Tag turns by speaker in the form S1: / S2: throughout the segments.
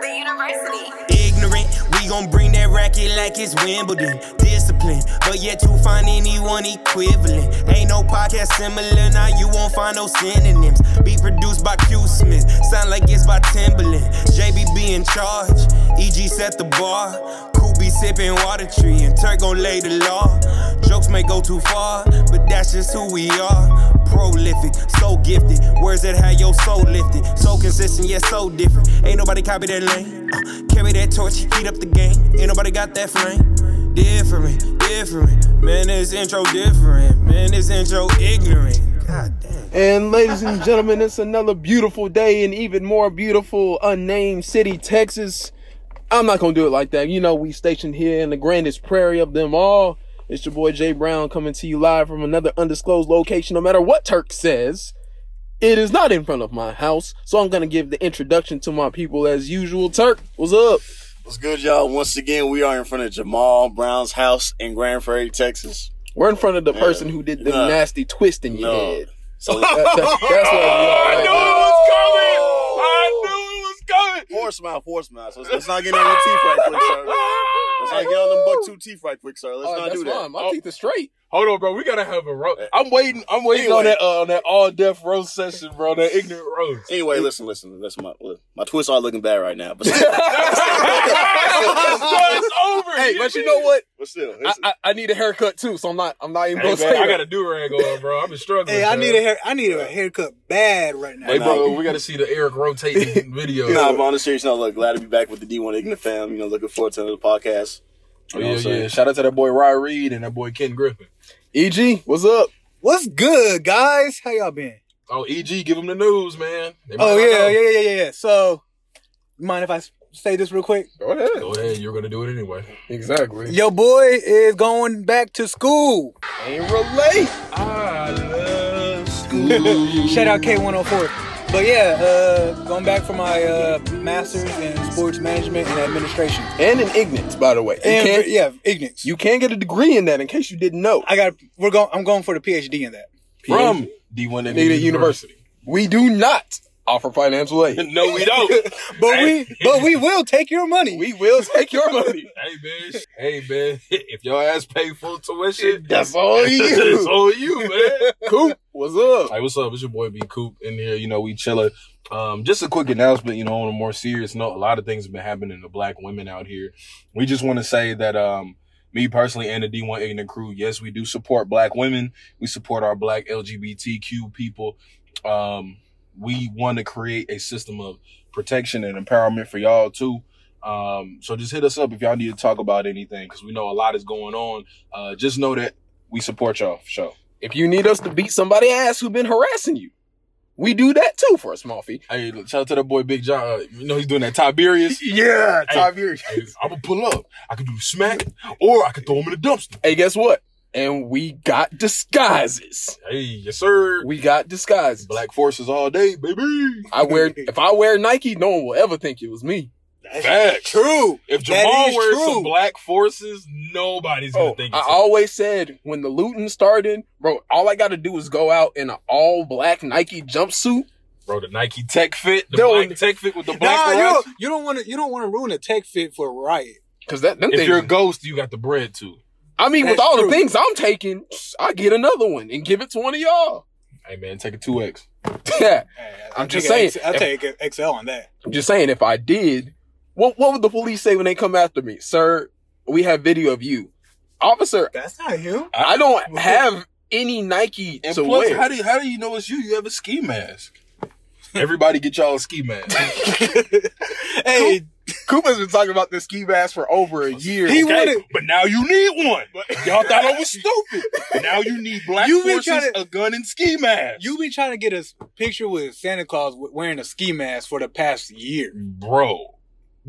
S1: The university.
S2: Ignorant, we gon' bring that racket like it's Wimbledon. Discipline, but yet you find anyone equivalent. Ain't no podcast similar, now you won't find no synonyms. Be produced by Q Smith, sound like it's by Timberland. JBB in charge, EG set the bar. Coop be sipping water tree, and Turk gon' lay the law. Jokes may go too far, but that's just who we are. Prolific, so gifted, words that have your soul lifted. So consistent, yet so different. Ain't nobody copy that lane. Uh, carry that torch, heat up the game. Ain't nobody got that flame. Different, different. Man, this intro different. Man, this intro ignorant. God damn.
S3: And ladies and gentlemen, it's another beautiful day in even more beautiful unnamed city, Texas. I'm not gonna do it like that. You know, we stationed here in the grandest prairie of them all. It's your boy Jay Brown coming to you live from another undisclosed location. No matter what Turk says, it is not in front of my house. So I'm gonna give the introduction to my people as usual. Turk, what's up?
S4: What's good, y'all? Once again, we are in front of Jamal Brown's house in Grand Prairie, Texas.
S3: We're in front of the person who did the
S4: Nah.
S3: nasty twist in your
S4: No.
S3: head.
S4: So
S3: That- that- that's what we are right now.
S4: four smile, four smile. So let's, let's not get on the teeth right quick, sir. Let's not get on them buck two teeth right quick, sir. Let's
S3: Oh,
S4: not
S3: that's
S4: do that.
S3: fine. My
S5: Oh.
S3: teeth are straight.
S5: Hold on, bro. We gotta have a roast. I'm waiting. I'm waiting on
S4: Anyway.
S5: that uh, on that all deaf roast session, bro. That ignorant roast.
S4: Anyway, listen, listen, listen. My look, my twists are looking bad right now, but
S5: it's over.
S3: Hey, but you know what?
S4: but still,
S3: I,
S4: it's,
S3: I, I need a haircut too, so I'm not I'm not even
S5: Hey,
S3: gonna
S5: man,
S3: say
S5: I
S3: that.
S5: got a do rag on, bro. I've been struggling.
S6: Hey, I
S5: man.
S6: need a hair. I need a haircut bad right now.
S5: Hey, bro, we gotta see the Eric rotating video.
S4: nah, but on a serious note, look, glad to be back with the D1 Ignorant fam. You know, looking forward to another podcast.
S5: Oh,
S4: You know
S5: yeah,
S4: what I'm saying?
S5: yeah. Shout out to that boy Ryan Reed and that boy Ken Griffin. E
S3: EG, what's up?
S6: What's good, guys? How y'all been?
S5: Oh, EG, give him the news, man. They might
S6: Oh
S5: not know.
S6: yeah, yeah, yeah, yeah, yeah. So, mind if I s- say this real quick?
S3: Go ahead.
S5: Go ahead. You're gonna do it anyway.
S3: Exactly.
S6: Your boy is going back to school.
S3: Ain't relate.
S5: I love
S6: Shout out K104. But yeah, uh, going back for my uh, master's in sports management and administration.
S3: And an ignorance, by the way. You
S6: And
S3: can't
S6: yeah, ignorance.
S3: you can get a degree in that in case you didn't know.
S6: I got. We're going. I'm going for the PhD in that.
S3: From
S5: D1 and
S3: Nita University. We do not offer financial aid.
S5: No, we don't.
S6: But we, but we will take your money.
S3: We will take your money.
S5: Hey man, hey man, if your ass pay full tuition,
S3: That's all
S5: it's
S3: you.
S5: on you, man.
S3: Coop, what's up?
S5: Hey, what's up? It's your boy B Coop in here. You know, we chilling. Um, just a quick announcement, you know, on a more serious note, a lot of things have been happening to black women out here. We just want to say that um me personally and the D1 Ignorant crew, yes, we do support black women. We support our black LGBTQ people. Um, we want to create a system of protection and empowerment for y'all too. Um, so just hit us up if y'all need to talk about anything because we know a lot is going on. Uh, just know that we support y'all for sure.
S3: If you need us to beat somebody ass who's been harassing you, we do that too for a small fee.
S5: Hey, look, shout out to that boy Big John. Uh, you know he's doing that Tiberius.
S3: Yeah,
S5: Hey. hey, I'm gonna pull up. I could do the smack, or I could throw him in the dumpster.
S3: Hey, guess what? And we got disguises.
S5: Hey, yes sir.
S3: We got disguises.
S5: Black forces all day, baby.
S3: I wear if I wear Nike, no one will ever think it was me.
S5: Facts.
S6: True.
S5: If
S6: That
S5: Jamal
S6: is
S5: wears
S6: true.
S5: some black forces, nobody's gonna think
S3: Oh, I
S5: it's him.
S3: always said when the looting started, bro, all I gotta do is go out in an all black Nike jumpsuit.
S5: bro. The Nike Tech fit, the
S3: Dude.
S5: black Tech fit with the black.
S6: Nah, you
S5: garage.
S6: don't, you don't want to. You don't want to ruin a tech fit for a riot.
S3: Cause that them
S5: If
S3: things,
S5: you're a ghost, you got the bread too.
S3: I mean, with
S6: That's
S3: all
S6: true.
S3: the things I'm taking, I get another one and give it to one of y'all.
S5: Hey man, take a two X.
S3: Yeah.
S6: I'll
S3: just
S6: take a
S3: saying,
S6: X,
S3: if-
S6: I'll take a XL on that.
S3: I'm just saying if I did, what what would the police say when they come after me? Sir, we have video of you. Officer,
S6: That's not him.
S3: I don't have any Nike
S5: And
S3: to
S5: plus,
S3: wear.
S5: how do you, how do you know it's you? You have a ski mask. Everybody get y'all a ski mask.
S6: Hey,
S3: Cooper's been talking about this ski mask for over a year.
S6: He
S5: Okay,
S6: wanted-
S5: but now you need one. Y'all thought I was stupid. Now you need black
S6: You been
S5: forces,
S6: trying to-
S5: a gun, and ski mask.
S6: you been trying to get a s- picture with Santa Claus w- wearing a ski mask for the past year.
S5: bro.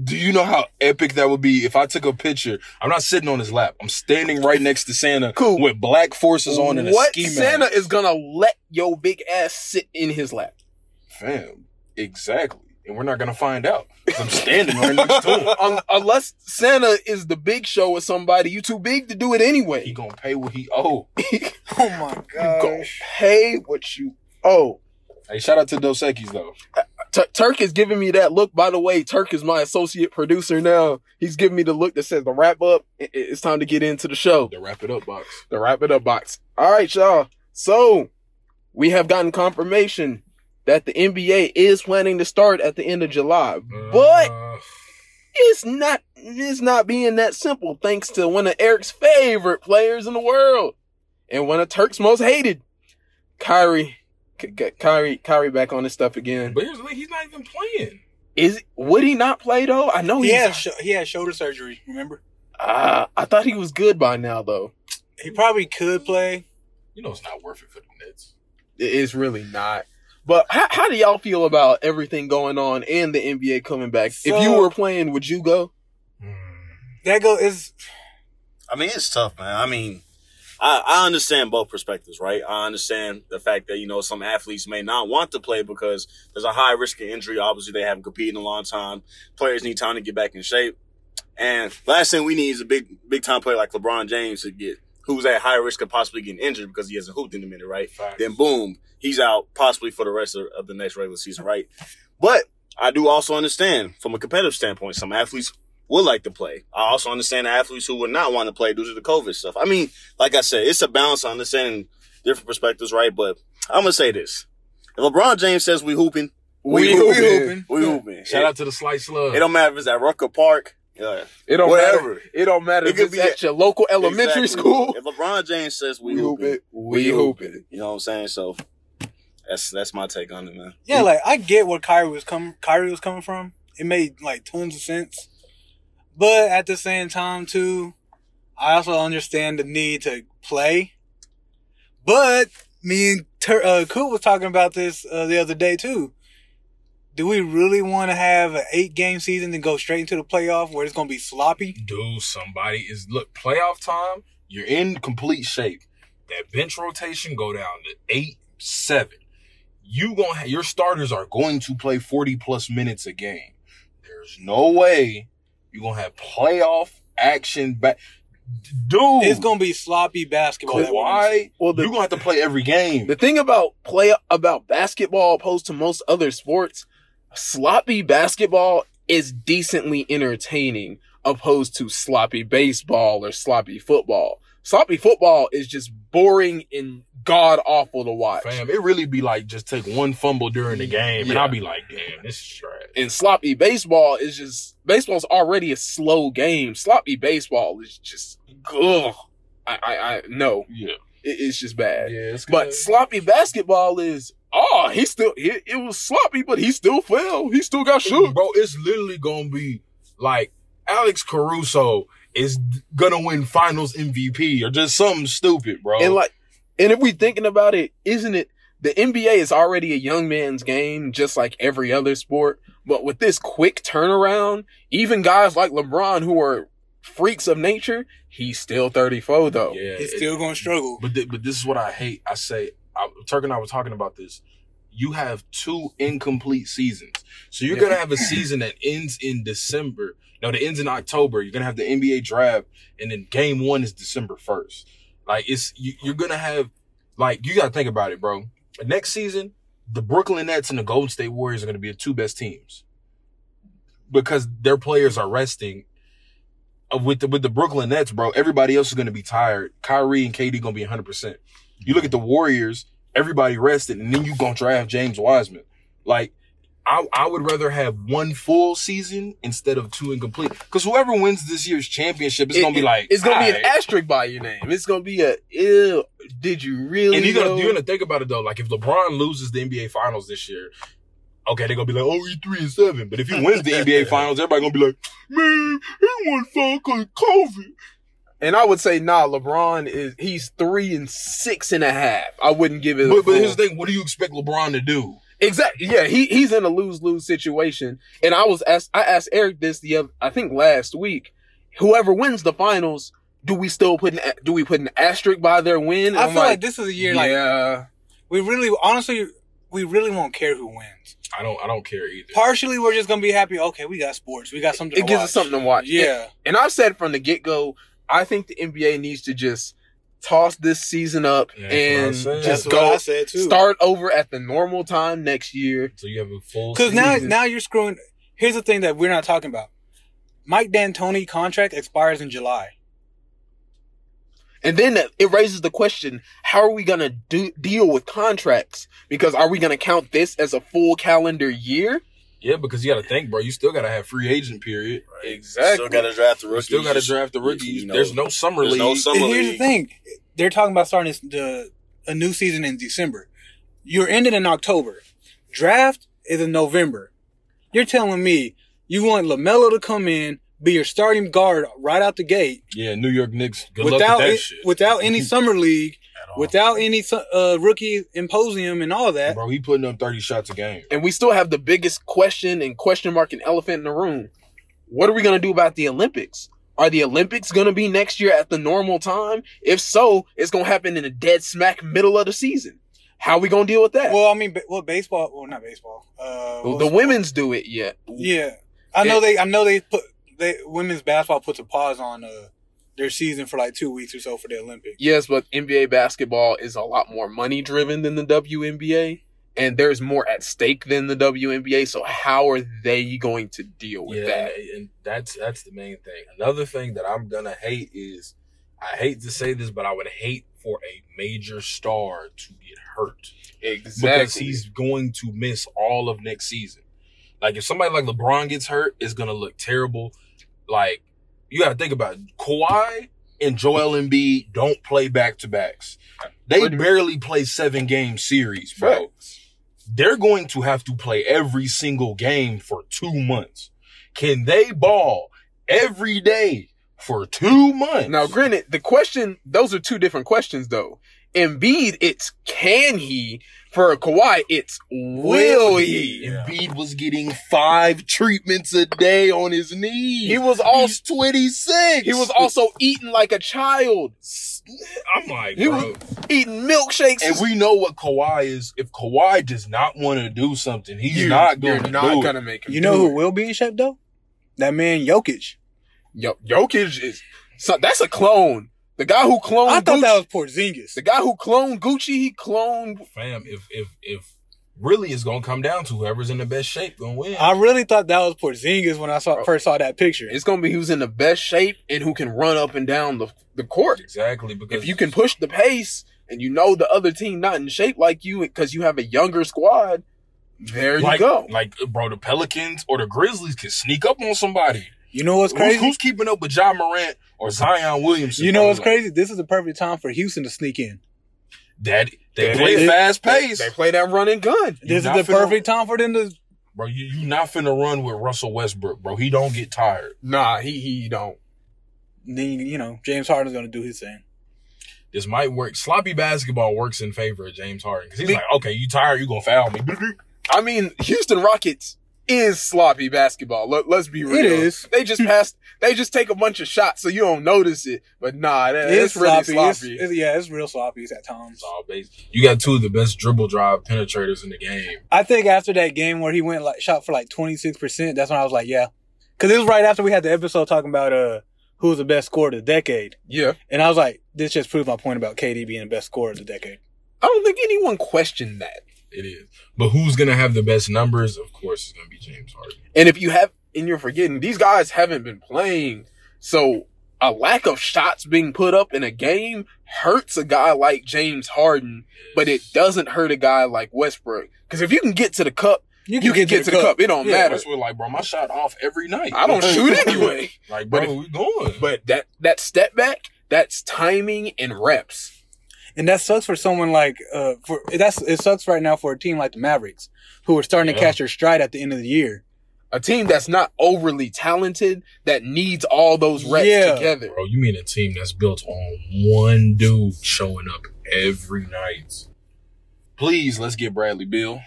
S5: Do you know how epic that would be if I took a picture? I'm not sitting on his lap. I'm standing right next to Santa
S3: Cool.
S5: with black forces on and a
S3: what
S5: ski mask.
S3: Santa is gonna let your big ass sit in his lap?
S5: Fam, exactly. and we're not gonna find out. 'Cause I'm standing right next to him.
S3: Um, unless Santa is the big show or somebody, you too big to do it
S5: He
S3: anyway.
S5: gonna pay what he owe.
S2: Oh my
S3: Go
S2: gosh.
S3: pay what you owe.
S5: Hey, shout out to Dos Equis though.
S3: Tur- Turk is giving me that look. By the way, Turk is my associate producer now. He's giving me the look that says the wrap up. I- I- It's time to get into the show.
S5: The wrap it up box.
S3: The wrap it up box. All right, y'all. So we have gotten confirmation that the NBA is planning to start at the end of July, but
S5: Uh,
S3: it's not. It's not being that simple. Thanks to one of Eric's favorite players in the world, and one of Turk's most hated, Kyrie. K- K- Kyrie, Kyrie, back on his stuff again.
S5: but here's the thing, he's not even playing.
S3: Is would he not play though? I know
S2: He
S3: he's.
S2: had, sho- he had shoulder surgery, remember?
S3: Ah, I thought he was good by now though.
S2: He probably could play.
S5: You know it's not worth it for the Nets.
S3: It is really not. But how, how do y'all feel about everything going on and the NBA coming back? if you
S2: So-
S3: were playing, would you go?
S2: That go is
S4: I mean, it's tough, man. I mean, I, I understand both perspectives, right? I understand the fact that, you know, some athletes may not want to play because there's a high risk of injury. Obviously, they haven't competed in a long time. Players need time to get back in shape. And last thing we need is a big, big time player like LeBron James to get, who's at high risk of possibly getting injured because he hasn't hooped in a minute, right?
S5: Facts.
S4: Then boom, he's out possibly for the rest of, of the next regular season, right? But I do also understand from a competitive standpoint, some athletes would like to play. I also understand the athletes who would not want to play due to the COVID stuff. I mean, like I said, it's a balance. I understand different perspectives, right? But I'm gonna say this: if LeBron James says we hooping,
S3: We
S4: we hooping,
S2: hooping.
S4: we hooping.
S5: Shout
S4: it,
S5: out to the Slice Love.
S4: It don't matter if it's at Rucker Park. Yeah,
S3: It don't
S4: Whatever.
S3: matter. It don't matter
S4: It
S3: if
S4: could
S3: it's
S4: be
S3: at
S4: at-
S3: your local elementary
S4: Exactly.
S3: school.
S4: If LeBron James says we, hooping,
S3: We
S4: hooping.
S3: hooping.
S4: you know what I'm saying? So that's that's my take on it, man.
S2: yeah, like I get where Kyrie was coming Kyrie was coming from. It made like tons of sense. But at the same time too, I also understand the need to play. But me and Tur- uh, Coop was talking about this uh, the other day too. Do we really want to have an eight game season and go straight into the playoff where it's going to be sloppy?
S5: Dude, somebody is look playoff time. You're in complete shape. That bench rotation go down to eight, seven. You gonna ha- your starters are going to play forty plus minutes a game. There's no way you're gonna have playoff action back. Dude,
S2: It's going to be sloppy basketball. that we're gonna see.
S5: Kawhi,
S3: Well, the-
S5: you're gonna have to play every game.
S3: The thing about play about basketball opposed to most other sports, sloppy basketball is decently entertaining opposed to sloppy baseball or sloppy football. Sloppy football is just boring and god awful to watch.
S5: Fam, it really be like just take one fumble during the game, and
S3: Yeah.
S5: I'll be like, damn, this is trash.
S3: And sloppy baseball is just baseball's already a slow game. Sloppy baseball is just ugh. I I, I no,
S5: Yeah,
S3: it, it's just bad.
S5: it's
S3: But sloppy basketball is oh he still it, it was sloppy, but he still fell. He still got shook.
S5: bro, it's literally gonna be like Alex Caruso is gonna win Finals MVP or just something stupid, bro.
S3: And like, and if we thinking about it, isn't it the NBA is already a young man's game, just like every other sport. But with this quick turnaround, even guys like LeBron who are freaks of nature, he's still thirty four though.
S5: yeah,
S2: It's
S5: it-
S2: still going to struggle.
S5: But th- but this is what I hate. I say, I, Turk and I were talking about this. You have two incomplete seasons, so you're gonna have a season that ends in December. No, that ends in October. You're gonna have the NBA draft, and then Game One is December first. Like it's you, you're gonna have like you gotta think about it, bro. Next season, the Brooklyn Nets and the Golden State Warriors are gonna be the two best teams because their players are resting uh, with the, with the Brooklyn Nets, bro, everybody else is going to be tired. Kyrie and KD going to be 100%. You look at the Warriors, everybody rested, and then you going to draft James Wiseman. Like, I, I would rather have one full season instead of two incomplete. Because whoever wins this year's championship is
S3: It-
S5: going to
S3: it-
S5: be like,
S3: it's gonna be an
S5: "Aight."
S3: asterisk by your name. It's gonna be a ew. Did you really?
S5: And you're
S3: know?"
S5: gonna you're gonna think about it though. Like if LeBron loses the NBA Finals this year, okay, they're gonna be like, oh, he three and seven. But if he wins the NBA Finals, everybody gonna be like, man, he won five 'cause of COVID.
S3: And I would say, nah, LeBron is he's three and six and a half. I wouldn't give it.
S5: But, but here's the thing: what do you expect LeBron to do?
S3: exactly. Yeah, he he's in a lose lose situation. And I was asked, I asked Eric this the other, I think last week. Whoever wins the finals, do we still put an a- do we put an asterisk by their win? And
S2: I
S3: I'm
S2: feel like, this is a year like
S3: yeah,
S2: we really honestly we really won't care who wins.
S5: I don't I don't care either.
S2: Partially, we're just gonna be happy. Okay, we got sports. We got something.
S7: It
S2: to
S7: gives
S2: watch.
S7: us something to watch.
S2: Yeah,
S7: And I've said from the get go, I think the NBA needs to just toss this season up
S5: Yeah,
S7: and
S5: that's what I'm saying.
S7: just
S2: that's what I
S7: go
S2: said too.
S7: start over at the normal time next year.
S5: so you have a full
S2: Because now,
S5: season.
S2: now you're screwing. Here's the thing that we're not talking about. Mike D'Antoni contract expires in July.
S7: And then it raises the question, how are we going to do, deal with contracts? Because are we going to count this as a full calendar year?
S5: Yeah, because you got to think, bro. You still got to have free agent period.
S7: Exactly.
S4: Still got to draft the
S5: You
S4: rookies.
S5: still got to draft the rookies.
S4: you know,
S5: there's no summer
S4: there's
S5: league.
S4: no summer-
S2: And here's the
S4: league.
S2: thing. They're talking about starting this, the a new season in December. You're ending in October. Draft is in November. You're telling me you want Lamelo to come in, be your starting guard right out the gate
S5: yeah, New York Knicks. Good
S2: without
S5: luck with that
S2: it-
S5: shit.
S2: without any summer league,
S4: At all.
S2: without any su- uh, rookie imposium and all that.
S5: bro, he putting up 30 shots a game.
S7: And we still have the biggest question and question mark and elephant in the room. What are we going to do about the Olympics? Are the Olympics going to be next year at the normal time? If so, it's going to happen in the dead smack middle of the season. How we going to deal with that?
S2: Well, I mean, ba- well, baseball. Well, not baseball. Uh,
S7: the,
S2: what
S7: the
S2: was-
S7: women's do it yet.
S2: Yeah, I know
S7: It-
S2: they. I know they put they women's basketball puts a pause on uh, their season for like two weeks or so for the Olympics.
S7: Yes, but NBA basketball is a lot more money driven than the WNBA. And there's more at stake than the WNBA. So how are they going to deal with
S5: Yeah,
S7: that?
S5: and- and that's that's the main thing. Another thing that I'm gonna hate is, I hate to say this, but I would hate for a major star to get hurt because he's going to miss all of next season. Like if somebody like LeBron gets hurt, it's gonna look terrible. Like you got to think about it. Kawhi and Joel Embiid don't play back to backs. They
S7: Pretty much.
S5: barely play seven game series, bro. They're going to have to play every single game for two months. Can they ball every day for two months?
S7: Now, granted, the question, those are two different questions though. Embiid, it's can he. For Kawhi, it's will he.
S5: Embiid was getting five treatments a day on his knees.
S7: He was also,
S5: He's 26.
S7: he was also eating like a child,
S5: I'm like,
S7: He
S5: bro.
S7: was- eating milkshakes.
S5: And we know what Kawhi is. If Kawai does not want to do something, he's
S7: You-
S5: not going
S7: you're
S5: to
S7: not
S5: do
S7: gonna
S5: it.
S7: make him.
S2: You know
S7: do
S2: who
S7: it.
S2: will be in shape though? That man Jokic.
S7: Yo, Jokic is. So that's a clone. The guy who cloned.
S5: Oh,
S2: I thought
S7: Gucci,
S2: that was Porzingis.
S7: the guy who cloned Gucci. He cloned.
S5: Fam, if if if really it's gonna come down to whoever's in the best shape gonna win.
S7: Uh,
S2: I really thought that was Porzingis when I saw first saw that picture.
S7: It's gonna be who's in the best shape and who can run up and down the the court.
S5: exactly because
S7: If you can push the pace and you know the other team not in shape like you because you have a younger squad, there you
S5: like,
S7: go.
S5: like bro, the Pelicans or the Grizzlies can sneak up on somebody.
S2: You know what's
S5: Who's,
S2: crazy?
S5: who's keeping up with John Morant or Zion Williamson?
S2: you know
S5: bro?
S2: what's
S5: Like,
S2: crazy? This is the perfect time for Houston to sneak in.
S5: That they
S7: That
S5: play
S7: is-
S5: fast
S7: They,
S5: pace.
S7: they play that run and gun.
S5: You're
S2: This is
S5: not
S2: the
S5: finna-
S2: perfect time for them to.
S5: Bro, you you not finna run with Russell Westbrook, bro. He don't get tired.
S7: Nah, he he don't.
S2: Then you know James Harden's going to do his thing.
S5: This might work. Sloppy basketball works in favor of James Harden because he's
S7: Be-
S5: like, okay, you tired, you gonna foul me.
S7: I mean, Houston Rockets is sloppy basketball. Let, let's be real.
S2: is.
S7: They just pass. They just take a bunch of shots, so you don't notice it. But nah, that,
S2: it's
S7: it's, really sloppy.
S2: It's- it's- yeah, it's real sloppy at times.
S5: It's all base. You got two of the best dribble drive penetrators in the game.
S2: I think after that game where he went like shot for like twenty six percent, that's when I was like, yeah, because it was right after we had the episode talking about uh who was the best scorer of the decade,
S7: yeah,
S2: and I was like, this just proved my point about KD being the best scorer of the decade.
S7: I don't think anyone questioned that.
S5: It is. But who's gonna have the best numbers? Of course, it's gonna be James Harden.
S7: And if you have, and you're forgetting, these guys haven't been playing, so a lack of shots being put up in a game hurts a guy like James Harden, but it doesn't hurt a guy like Westbrook. Because if you can get to the cup, you can, get, to the cup. It don't
S2: Yeah,
S7: matter.
S5: That's what like, bro. My shot off every night.
S7: I don't shoot anyway.
S5: Like,
S7: But
S5: bro, we going.
S7: But that that step back, that's timing and reps.
S2: And that sucks for someone like uh for that's it sucks right now for a team like the Mavericks who are starting to
S5: Yeah.
S2: catch their stride at the end of the year.
S7: A team that's not overly talented that needs all those reps
S2: Yeah.
S7: together.
S5: bro, you mean a team that's built on one dude showing up every night? Please, let's get Bradley Bill.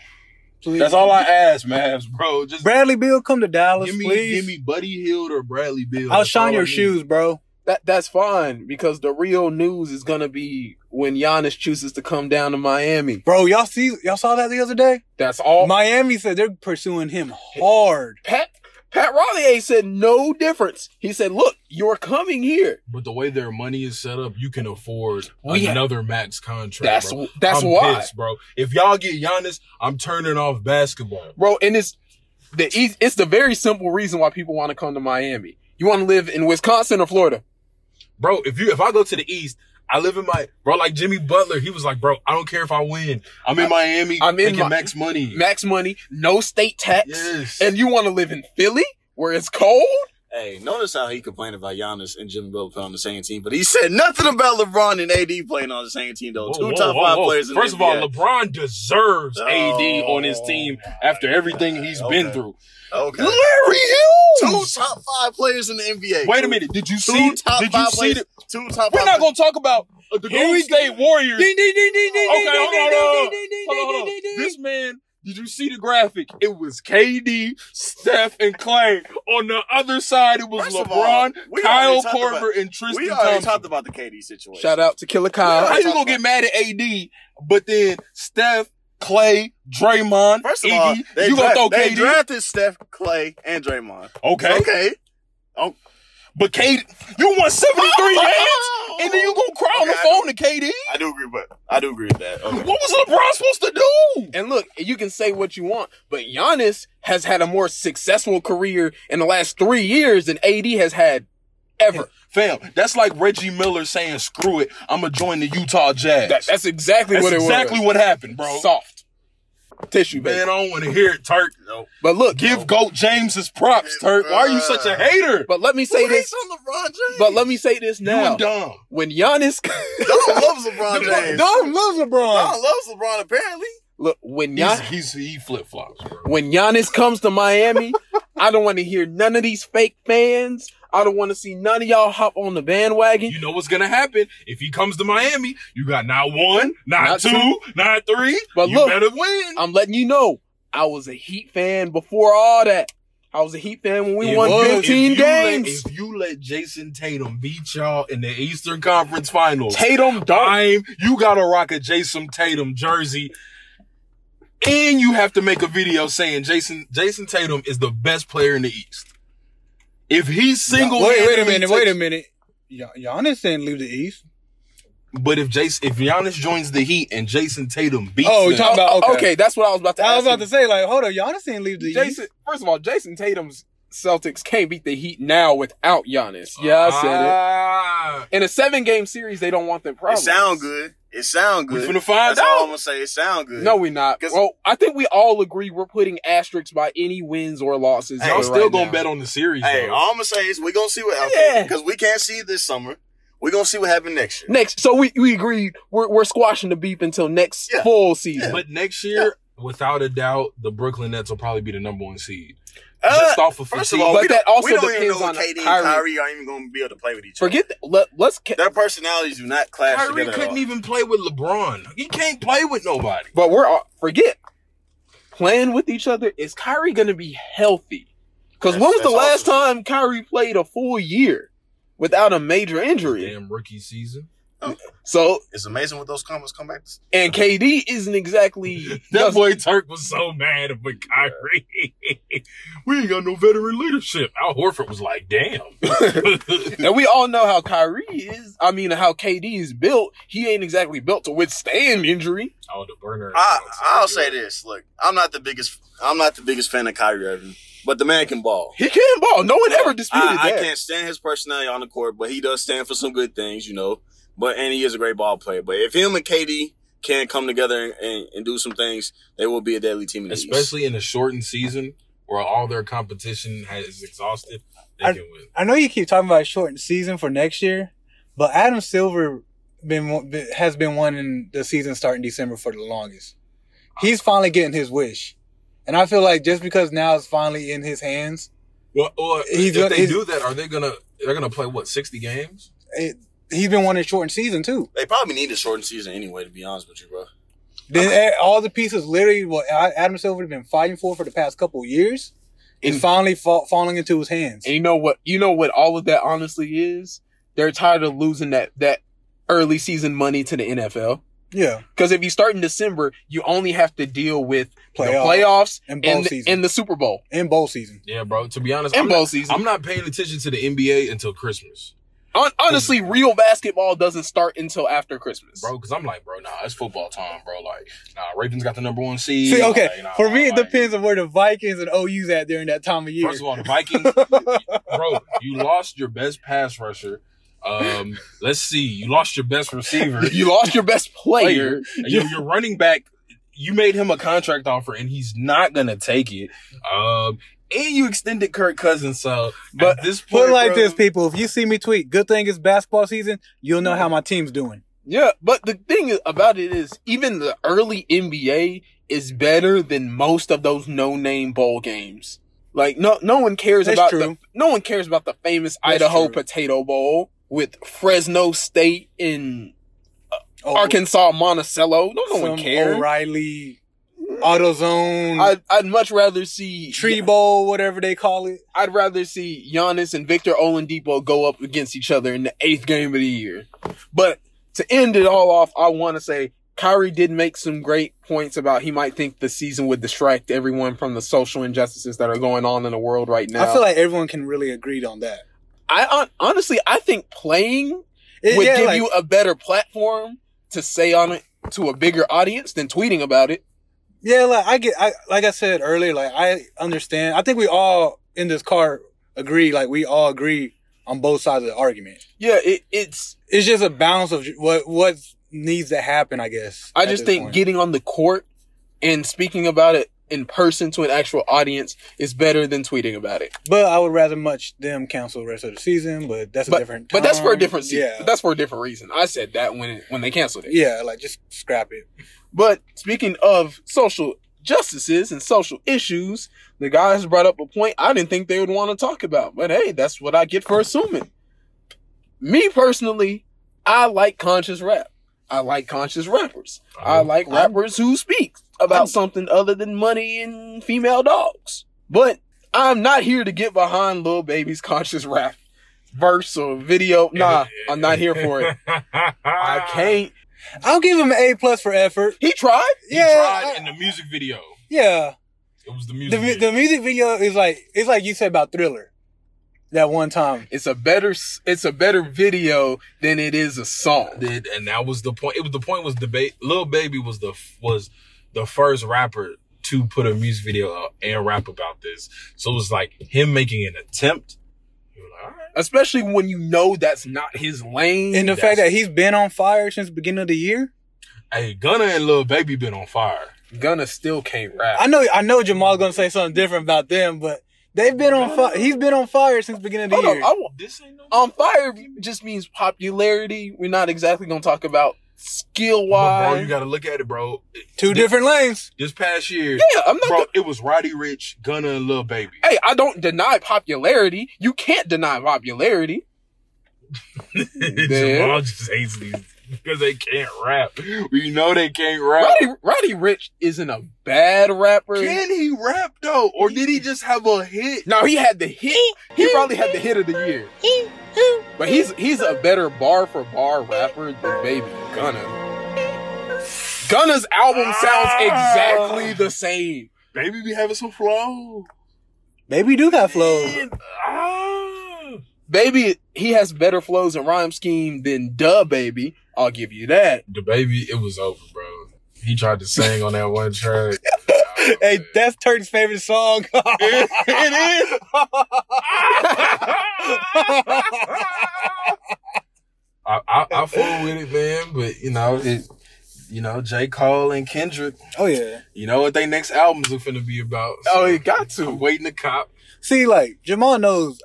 S2: Please.
S5: That's all I ask, Mavs, bro. Just
S2: Bradley Bill, come to Dallas,
S5: give me,
S2: please.
S5: give me Buddy Hield or Bradley Bill.
S2: I'll
S5: That's all
S2: shine
S5: I
S2: your
S5: need.
S2: shoes, bro.
S7: that that's fine because the real news is gonna be when Giannis chooses to come down to Miami.
S3: Bro, y'all see y'all saw that the other day?
S7: That's all.
S3: Miami said they're pursuing him hard.
S7: Pat Pat Riley ain't said no difference. He said, "Look, you're coming here."
S5: But the way their money is set up, you can afford
S2: Oh,
S7: We ha-
S5: another max contract.
S7: That's
S5: bro.
S7: that's
S5: I'm
S7: why,
S5: pissed, bro. If y'all get Giannis, I'm turning off basketball.
S7: bro. And it's the eas- it's the very simple reason why people want to come to Miami. You want to live in Wisconsin or Florida?
S5: Bro, if you if I go to the East, I live in my bro, like Jimmy Butler, he was like, bro, I don't care if I win. I'm in Miami,
S7: I'm in
S5: making
S7: Mi-
S5: max money.
S7: Max money, no state tax,
S5: Yes.
S7: and you want to live in Philly where it's cold.
S4: Hey, notice how he complained about Giannis and Jimmy Butler playing on the same team, but he said nothing about LeBron and AD playing on the same team though.
S5: Whoa,
S4: Two
S5: whoa,
S4: top
S5: whoa,
S4: five
S5: whoa.
S4: players. In
S5: First
S4: the
S5: of all,
S4: NBA.
S5: LeBron deserves AD
S4: Oh,
S5: on his team after everything he's been
S4: Okay.
S5: through.
S4: okay,
S7: Larry
S4: two
S7: Hughes.
S4: top five players in the NBA.
S5: Wait a minute, did you
S4: two
S5: see?
S4: top
S5: Did you
S4: five
S5: see?
S4: players.
S5: The,
S4: two top.
S5: we're
S4: five
S5: not gonna talk about uh, the
S3: Here we
S5: Golden State Warriors. Okay, hold on, hold on, hold on, hold on. This man, did you see the graphic? It was KD, Steph, and Clay. On the other side, it was
S4: First of all,
S5: LeBron,
S4: we already
S5: Kyle
S4: talked about-
S5: Korver, and Tristan
S4: We already
S5: Thompson.
S4: talked about the KD situation.
S7: Shout out to Killer Kyle.
S5: How you gonna get mad at AD, but then Steph, Clay, Draymond,
S4: First of
S5: Iggy,
S4: all, they,
S5: you
S4: dra-
S5: gonna throw
S4: they
S5: KD?
S4: drafted Steph, Clay, and Draymond.
S5: okay,
S4: Okay.
S5: but KD, you won seventy three games, and then you gonna cry on
S4: Okay,
S5: the
S4: I
S5: phone to KD?
S4: I do agree, but I do agree with that.
S5: What
S4: Okay.
S5: was LeBron supposed to do?
S7: And look, you can say what you want, but Giannis has had a more successful career in the last three years than AD has had ever.
S5: Fam, that's like Reggie Miller saying, "Screw it, I'm gonna join the Utah Jazz."
S7: That, that's exactly
S5: That's
S7: what it
S5: exactly
S7: was.
S5: what happened, bro.
S7: Soft tissue, baby.
S5: Man, I don't want to hear it, Turk.
S7: But look,
S5: Give Goat James his props, Turk. Why are you such a hater?
S7: uh, But let me say
S4: Who hates
S7: this.
S4: on LeBron James?
S7: But let me say this
S5: You
S7: now.
S5: and dumb.
S7: When Giannis,
S4: Don loves LeBron James. Don
S3: Dom loves LeBron.
S4: loves LeBron apparently.
S7: look when
S5: He's,
S7: Gian,
S5: he's he flip flops, bro.
S7: when Giannis comes to Miami, I don't want to hear none of these fake fans. I don't want to see none of y'all hop on the bandwagon.
S5: You know what's gonna happen if he comes to Miami. You got not one, not,
S7: Not
S5: two,
S7: two.
S5: not three.
S7: But
S5: you
S7: look-
S5: better win.
S7: I'm letting you know, I was a Heat fan before all that. I was a Heat fan when we
S5: It
S7: won
S5: was.
S7: 15
S5: If you let-
S7: games.
S5: if you let Jason Tatum beat y'all in the Eastern Conference Finals,
S7: Tatum dunk.
S5: time you gotta rock a Jason Tatum jersey. And you have to make a video saying Jason Jason Tatum is the best player in the East. If he's single,
S3: Wait, wait a minute, wait a minute. Gian- Giannis didn't leave the East.
S5: But if Jason, if Giannis joins the Heat and Jason Tatum beats,
S3: Oh, you
S5: them,
S3: talking about
S7: okay.
S3: okay.
S7: that's what I was about to.
S3: I was
S7: ask
S3: about to
S7: you.
S3: say, like, hold up, Giannis didn't leave the
S7: Jason.
S3: East.
S7: First of all, Jason Tatum's Celtics can't beat the Heat now without Giannis. Yeah, I said it.
S5: Ah,
S7: In a seven-game series, they don't want their
S4: Uh, It
S7: problem.
S4: sound good. It sound
S5: We
S4: good.
S5: finna find
S4: That's all I'm
S5: out.
S4: gonna say. It sound good.
S7: No, we're not.
S4: 'Cause-
S7: Well, I think we all agree we're putting asterisks by any wins or losses.
S4: Hey,
S5: Y'all
S7: here
S5: still
S7: right
S5: gonna
S7: now.
S5: bet on the series?
S4: Hey,
S5: though.
S4: all I'm gonna say is we gonna see what
S7: Yeah.
S4: because we can't see it this summer. We are gonna see what happened next year.
S7: next. So we we agreed we're we're squashing the beef until next
S4: Yeah.
S7: full season.
S5: but next year, without a doubt, the Brooklyn Nets will probably be the number one seed.
S4: Uh,
S5: Just off of
S4: first of
S5: fatigue.
S4: all,
S7: But
S4: we
S7: that
S4: don't-
S7: also
S4: we don't even
S7: depends
S4: know
S7: on
S4: if KD and
S7: Kyrie.
S4: Kyrie are even gonna be able to play with each other.
S7: Forget that. Let, let's ca-
S4: Their personalities do not clash
S5: Kyrie
S4: together. at all.
S5: couldn't even play with LeBron. He can't play with nobody.
S7: But we're all, forget playing with each other. Is Kyrie going to be healthy? Because when
S4: That's-
S7: was the
S4: that's
S7: last
S4: also-
S7: time Kyrie played a full year without a major injury?
S5: Damn rookie season.
S7: So
S4: It's amazing what those comments come back. To.
S7: and KD isn't exactly
S5: That
S7: does-
S5: boy Turk was so mad at Kyrie. we ain't got no veteran leadership. Al Horford was like, "Damn."
S7: and we all know how Kyrie is. I mean, how KD is built. He ain't exactly built to withstand injury.
S5: oh, the burner.
S4: I, I'll say this. Look, I'm not the biggest. I'm not the biggest fan of Kyrie Irving, but the man can ball.
S7: He can ball. No one ever disputed
S4: I, I
S7: that.
S4: can't stand his personality on the court, but he does stand for some good things, you know. But and he is a great ball player. But if him and KD can come together and, and do some things, they will be a deadly team in the East.
S5: especially in a shortened season where all their competition has exhausted. They
S3: I-
S5: can win.
S3: I know you keep talking about shortened season for next year, but Adam Silver been, wa- been has been wanting the season starting December for the longest. He's finally getting his wish, and I feel like just because now it's finally in his hands,
S5: Well, or
S3: He's
S5: if
S3: gonna-
S5: they
S3: he's-
S5: do that, are they gonna? They're gonna play what sixty games?
S3: it, he's been wanting a shortened season too.
S4: they probably need a shortened season anyway. To be honest with you, bro.
S3: Then eh, all the pieces, literally, what A- Adam Silver's been fighting for for the past couple of years, is
S7: And-
S3: finally fa- falling into his hands.
S7: And you know what? You know what all of that honestly is? They're tired of losing that that early season money to the NFL.
S2: Yeah.
S7: Because if you start in December, you only have to deal with the
S2: Playoff.
S7: playoffs
S2: And
S7: and,
S2: bowl
S7: the,
S2: season.
S7: and the Super Bowl
S2: And bowl season.
S5: Yeah, bro. To be honest,
S7: and
S5: I'm
S7: bowl
S5: not,
S7: season.
S5: I'm not paying attention to the NBA until Christmas,
S7: Hon- honestly, real basketball doesn't start until after Christmas.
S5: bro. Because I'm like, bro, nah, it's football time, bro. Like, nah, Ravens got the number one seed.
S2: See, okay.
S5: Like, nah,
S2: For me, it
S5: like,
S2: depends on where the Vikings and OU's at during that time of year.
S5: First of all, the Vikings, bro, you lost your best pass rusher. Um, let's see, you lost your best receiver.
S7: You lost your best player.
S5: And your, your running back, you made him a contract offer, and he's not gonna take it. Um, and you extended Kirk Cousins, so but
S2: But
S5: at this point,
S2: Put it like
S5: bro,
S2: this, people. If you see me tweet, good thing it's basketball season, you'll know how my team's doing.
S7: Yeah, but the thing about it is, even the early NBA is better than most of those no-name bowl games. Like no, no one cares
S2: That's
S7: about the
S2: true.
S7: no one cares about the famous
S2: That's
S7: Idaho
S2: true.
S7: Potato Bowl with Fresno State and
S2: Oh,
S7: Arkansas Monticello. No, no one
S2: some
S7: cares.
S2: O'Reilly, AutoZone,
S7: I'd, I'd much rather see
S2: Tree Bowl, whatever they call it.
S7: I'd rather see Giannis and Victor Oladipo go up against each other in the eighth game of the year. But to end it all off, I want to say Kyrie did make some great points about he might think the season would distract everyone from the social injustices that are going on in the world right now.
S2: I feel like everyone can really agree on that.
S7: I hon- honestly I think playing
S2: It-
S7: would
S2: yeah,
S7: give
S2: like-
S7: you a better platform to say on it to a bigger audience than tweeting about it.
S2: Yeah, like I get, I like I said earlier, like I understand. I think we all in this car agree, like we all agree on both sides of the argument.
S7: Yeah, it, it's
S2: It's just a balance of what what needs to happen, I guess.
S7: I
S2: at
S7: just
S2: this
S7: think
S2: point.
S7: getting on the court and speaking about it in person to an actual audience is better than tweeting about it.
S2: but I would rather much them cancel the rest of the season. But that's
S7: But
S2: a different.
S7: but that's for a
S2: time.
S7: different season.
S2: Yeah,
S7: That's for a different reason. I said that when it, when they canceled it.
S2: yeah, like just scrap it.
S7: But speaking of social justices and social issues, the guys brought up a point I didn't think they would want to talk about. But hey, that's what I get for assuming. Me personally, I like conscious rap. I like conscious rappers. I like rappers who speak about something other than money and female dogs. But I'm not here to get behind Lil Baby's conscious rap verse or video. Nah, I'm not here for it. I can't.
S2: I'll give him an A plus for effort.
S7: He tried.
S5: He
S2: yeah,
S5: tried
S2: I-
S5: in the music video.
S2: Yeah,
S5: It was the
S2: the
S5: music.
S2: mu-
S5: video.
S2: the music video is like it's like you said about Thriller, that one time.
S7: It's a better s- it's a better video than it is a song.
S5: Did- and that was the point. It was the point was debate. Lil Baby was the was the first rapper to put a music video out and rap about this. So it was like him making an attempt. You were like, all right.
S7: Especially when you know that's not his lane.
S2: And the
S5: That's-
S2: fact that he's been on fire since the beginning of the year.
S5: Hey, Gunna and Lil Baby been on fire.
S7: Gunna still can't rap.
S2: I know I know Jamal's gonna say something different about them, but they've been on fire. He's been on fire since the beginning of
S7: Hold
S2: the
S7: on,
S2: year.
S7: I wa-
S5: This ain't no.
S7: on fire just means popularity. We're not exactly gonna talk about skill
S5: But Bro, you
S7: wise.
S5: gotta look at it, bro.
S2: Two different lanes.
S5: This past year,
S7: yeah, I'm not.
S5: bro,
S7: go-
S5: it was Roddy Rich, Gunna, and Lil Baby.
S7: hey, I don't deny popularity. You can't deny popularity.
S5: Jamal just hates these because they can't rap. We know they can't rap.
S7: Roddy, Roddy Rich isn't a bad rapper.
S5: Can he rap though, or did he just have a hit?
S7: No, he had the hit. He probably had the hit of the year. But he's he's a better bar for bar rapper than Baby Gunna. Gunna's album sounds exactly the same.
S5: Baby be having some flow.
S2: Baby do got flow.
S5: Man, ah.
S7: Baby, he has better flows and rhyme scheme than Duh Baby. I'll give you that.
S5: The baby, it was over, bro. He tried to sing on that one track.
S2: Hey, that's Turk's favorite song.
S5: it is. I, I, I fool with it, man, but you know it. You know J Cole and Kendrick.
S2: oh yeah.
S5: You know what they next albums are finna be about. so
S7: Oh, he got
S5: I'm
S7: to.
S5: waiting to cop.
S2: See, like Jamal knows.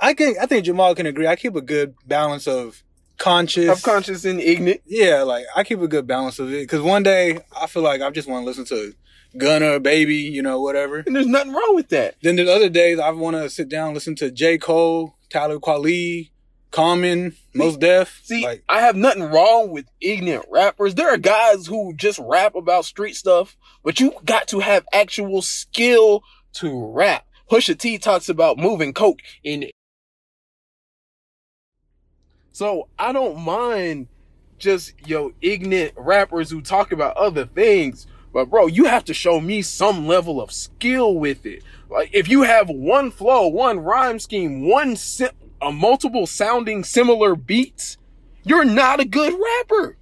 S2: I can. I think Jamal can agree. I keep a good balance of conscious.
S7: I'm conscious and ignorant.
S2: Yeah, like I keep a good balance of it because one day I feel like I just want to listen to Gunna, Baby, you know, whatever.
S7: And there's nothing wrong with that.
S2: Then there's other days I want to sit down, and listen to J. Cole, Tyler Quali, Common, Most Def.
S7: See,
S2: like,
S7: I have nothing wrong with ignorant rappers. There are guys who just rap about street stuff, but you got to have actual skill to rap. Pusha T talks about moving coke in So I don't mind just yo ignorant rappers who talk about other things. But bro, you have to show me some level of skill with it. Like if you have one flow, one rhyme scheme, one si- a multiple sounding similar beats, you're not a good rapper.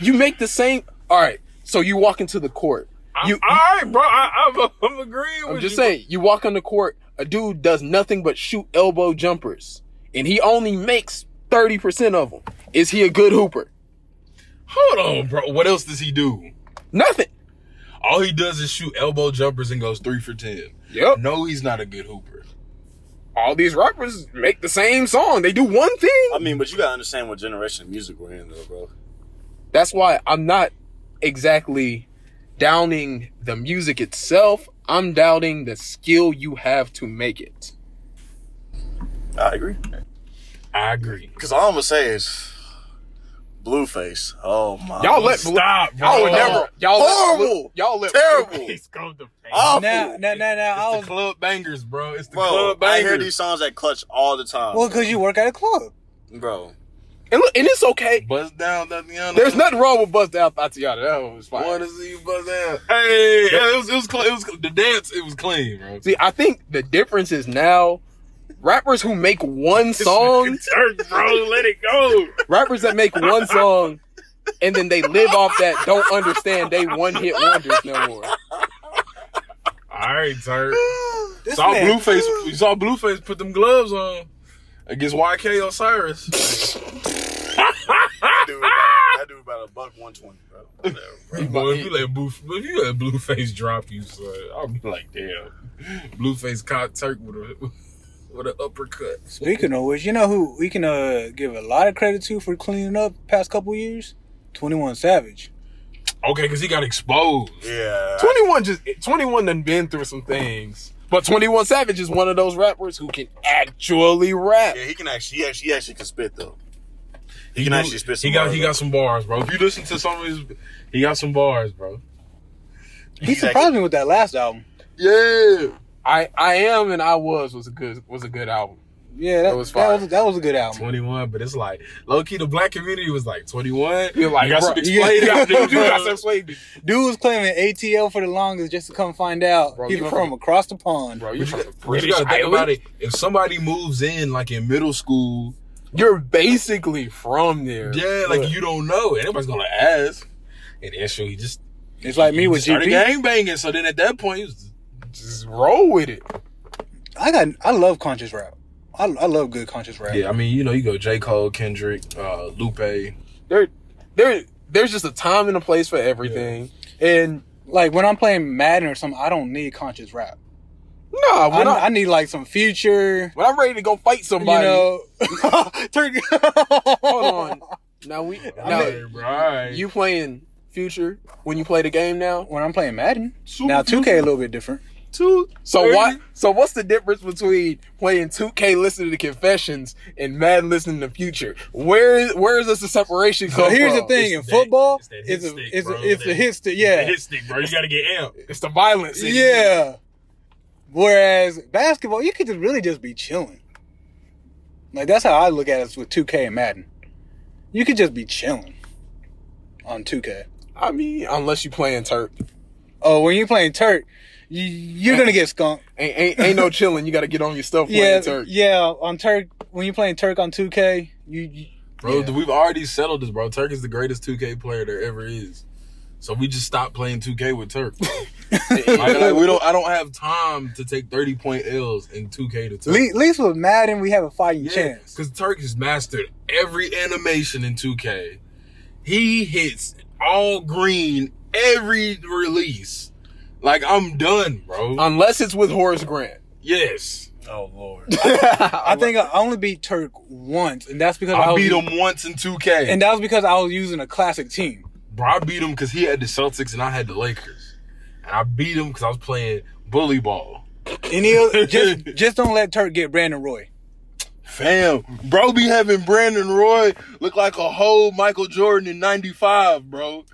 S7: You make the same. All right, so you walk into the court. You,
S3: all right, bro. I, I'm, I'm agreeing with
S7: I'm just
S3: you.
S7: saying, you walk on the court, a dude does nothing but shoot elbow jumpers, and he only makes 30% of them. Is he a good hooper?
S3: Hold on, bro. What else does he do?
S7: Nothing.
S3: All he does is shoot elbow jumpers and goes three for ten.
S7: Yep.
S3: No, he's not a good hooper.
S7: All these rappers make the same song. They do one
S4: I
S7: thing.
S4: mean, but you gotta understand what generation of music we're in, though, bro.
S7: That's why I'm not exactly downing the music itself. I'm doubting the skill you have to make it.
S4: I agree.
S3: I agree.
S4: Because all I'm gonna say is, Blueface. Oh my.
S7: Y'all let Blue-
S3: Stop, bro.
S7: Y'all would never. Y'all
S4: Horrible.
S7: Let, y'all let
S4: terrible.
S3: He's going to pay.
S4: Awful.
S8: Now, now, now, now, I
S3: It's
S8: was
S3: the club bangers, bro. It's the
S4: Bro,
S3: club
S4: I
S3: bangers.
S4: hear these songs at Clutch all the time,
S8: well because you work at a club.
S4: bro.
S7: And look, and it's okay.
S3: Buzz down, Tatiana.
S7: There's nothing wrong with Bust Out Tatiana. That was fine.
S3: What is you buzz down? Hey, yeah, it was it was, cl- it was the dance. It was clean, bro.
S7: See, I think the difference is now rappers who make one song,
S3: Turk, bro. Let it go.
S7: rappers that make one song, and then they live off that don't understand they one hit wonders no more.
S3: All right, Turk.
S8: This
S3: Saw
S8: man-
S3: Blueface. You saw Blueface put them gloves on against YK Osiris.
S4: Dude, that dude about a buck one twenty, bro.
S3: Boy, if you let Blue, if you let Blueface drop you, son, I'll be like, damn. Blueface caught Turk with a with an uppercut.
S8: Speaking of which, you know who we can uh, give a lot of credit to for cleaning up past couple years? Twenty One Savage.
S3: Okay, because he got exposed.
S4: Yeah.
S7: 21 just 21 done been through some things. But 21 Savage is one of those rappers who can actually rap.
S4: Yeah, he can actually, he actually, he actually can spit though.
S3: He,
S4: can
S3: do-
S4: actually spit some
S3: He got
S4: bars,
S3: he
S4: bro.
S3: got some bars, bro. If you listen to some of his, he got some bars, bro.
S8: He surprised me with that last album.
S3: Yeah.
S7: I I am and I was was a good was a good album.
S8: Yeah, that,
S7: That was
S8: was
S7: fire.
S8: that was that was a good album.
S3: 21, but it's like low key the black community was like 21.
S7: You're like,
S3: you got
S7: bro,
S3: some explaining
S7: you got-
S3: to do,
S7: you got some
S3: bro.
S7: explaining to do.
S8: Dude was claiming ATL for the longest just to come find out
S7: Bro,
S8: he
S7: you
S8: was
S7: from-
S8: from across the pond.
S7: Bro,
S3: But
S7: you're
S3: you
S7: from
S3: got-
S7: a
S3: but you
S7: British
S3: gotta think about
S7: island.
S3: it. If somebody moves in like in middle school,
S7: You're basically from there.
S3: yeah, like you don't know, and everybody's gonna ask. And then sure, he just
S8: It's like me
S3: he
S8: with
S3: started
S8: GP.
S3: gang banging. So then at that point, he was
S7: just roll with it.
S8: I got I love conscious rap. I, I love good conscious rap.
S3: yeah. I mean, you know, you go J Cole, Kendrick, uh, Lupe.
S7: there there there's just a time and a place for everything. And
S8: Like when I'm playing Madden or something, I don't need conscious rap.
S7: nah,
S8: I,
S7: when I,
S8: I need like some future.
S7: when I'm ready to go fight somebody,
S8: You know, Turkey.
S7: hold on. Now we now
S3: Alright, bro, alright.
S7: you playing future when you play the game now.
S8: When I'm playing Madden,
S3: Super
S8: now 2K a little bit different.
S3: two.
S7: So why so what's the difference between playing 2K listening to confessions and mad listening to future? Where is where is this the separation come
S8: But here's the
S7: from?
S8: thing: in
S3: It's that-
S8: football,
S3: it's that hit
S8: it's a
S3: stick,
S8: it's
S3: bro.
S8: a it's a
S3: That-
S8: hit stick. Yeah,
S3: Hit stick, bro. You gotta get amped.
S7: It's the violence. in you.
S8: yeah. Whereas basketball, you could just really just be chilling. Like that's how I look at it with 2K and Madden. You could just be chilling on 2K.
S7: I mean, unless you playing Turk.
S8: Oh, when you're playing Turk, you, you're gonna get skunked.
S7: Ain't, ain't, ain't no chilling. You got to get on your stuff playing
S8: Yeah,
S7: Turk.
S8: yeah. On Turk, when you're playing Turk on 2K, you, you
S3: Bro,
S8: Yeah.
S3: we've already settled this, bro. Turk is the greatest 2K player there ever is. So we just stopped playing 2K with Turk. bro. like, like, we don't I don't have time to take 30 point L's in 2K to
S8: at
S3: Turk.
S8: least, at least with Madden, we have a fighting
S3: yeah,
S8: chance.
S3: cuz Turk has mastered every animation in 2K. He hits all green every release. Like I'm done, bro.
S7: Unless it's with Horace Grant.
S3: yes.
S4: Oh lord.
S8: I think I only beat Turk once, and that's because I,
S3: I
S8: was,
S3: beat him once in 2K.
S8: and that was because I was using a classic team.
S3: Bro, I beat him because he had the Celtics and I had the Lakers. And I beat him because I was playing bully ball.
S8: Any other, just just don't let Turk get Brandon Roy.
S3: Fam, bro be having Brandon Roy look like a whole Michael Jordan in Oh, 95, bro.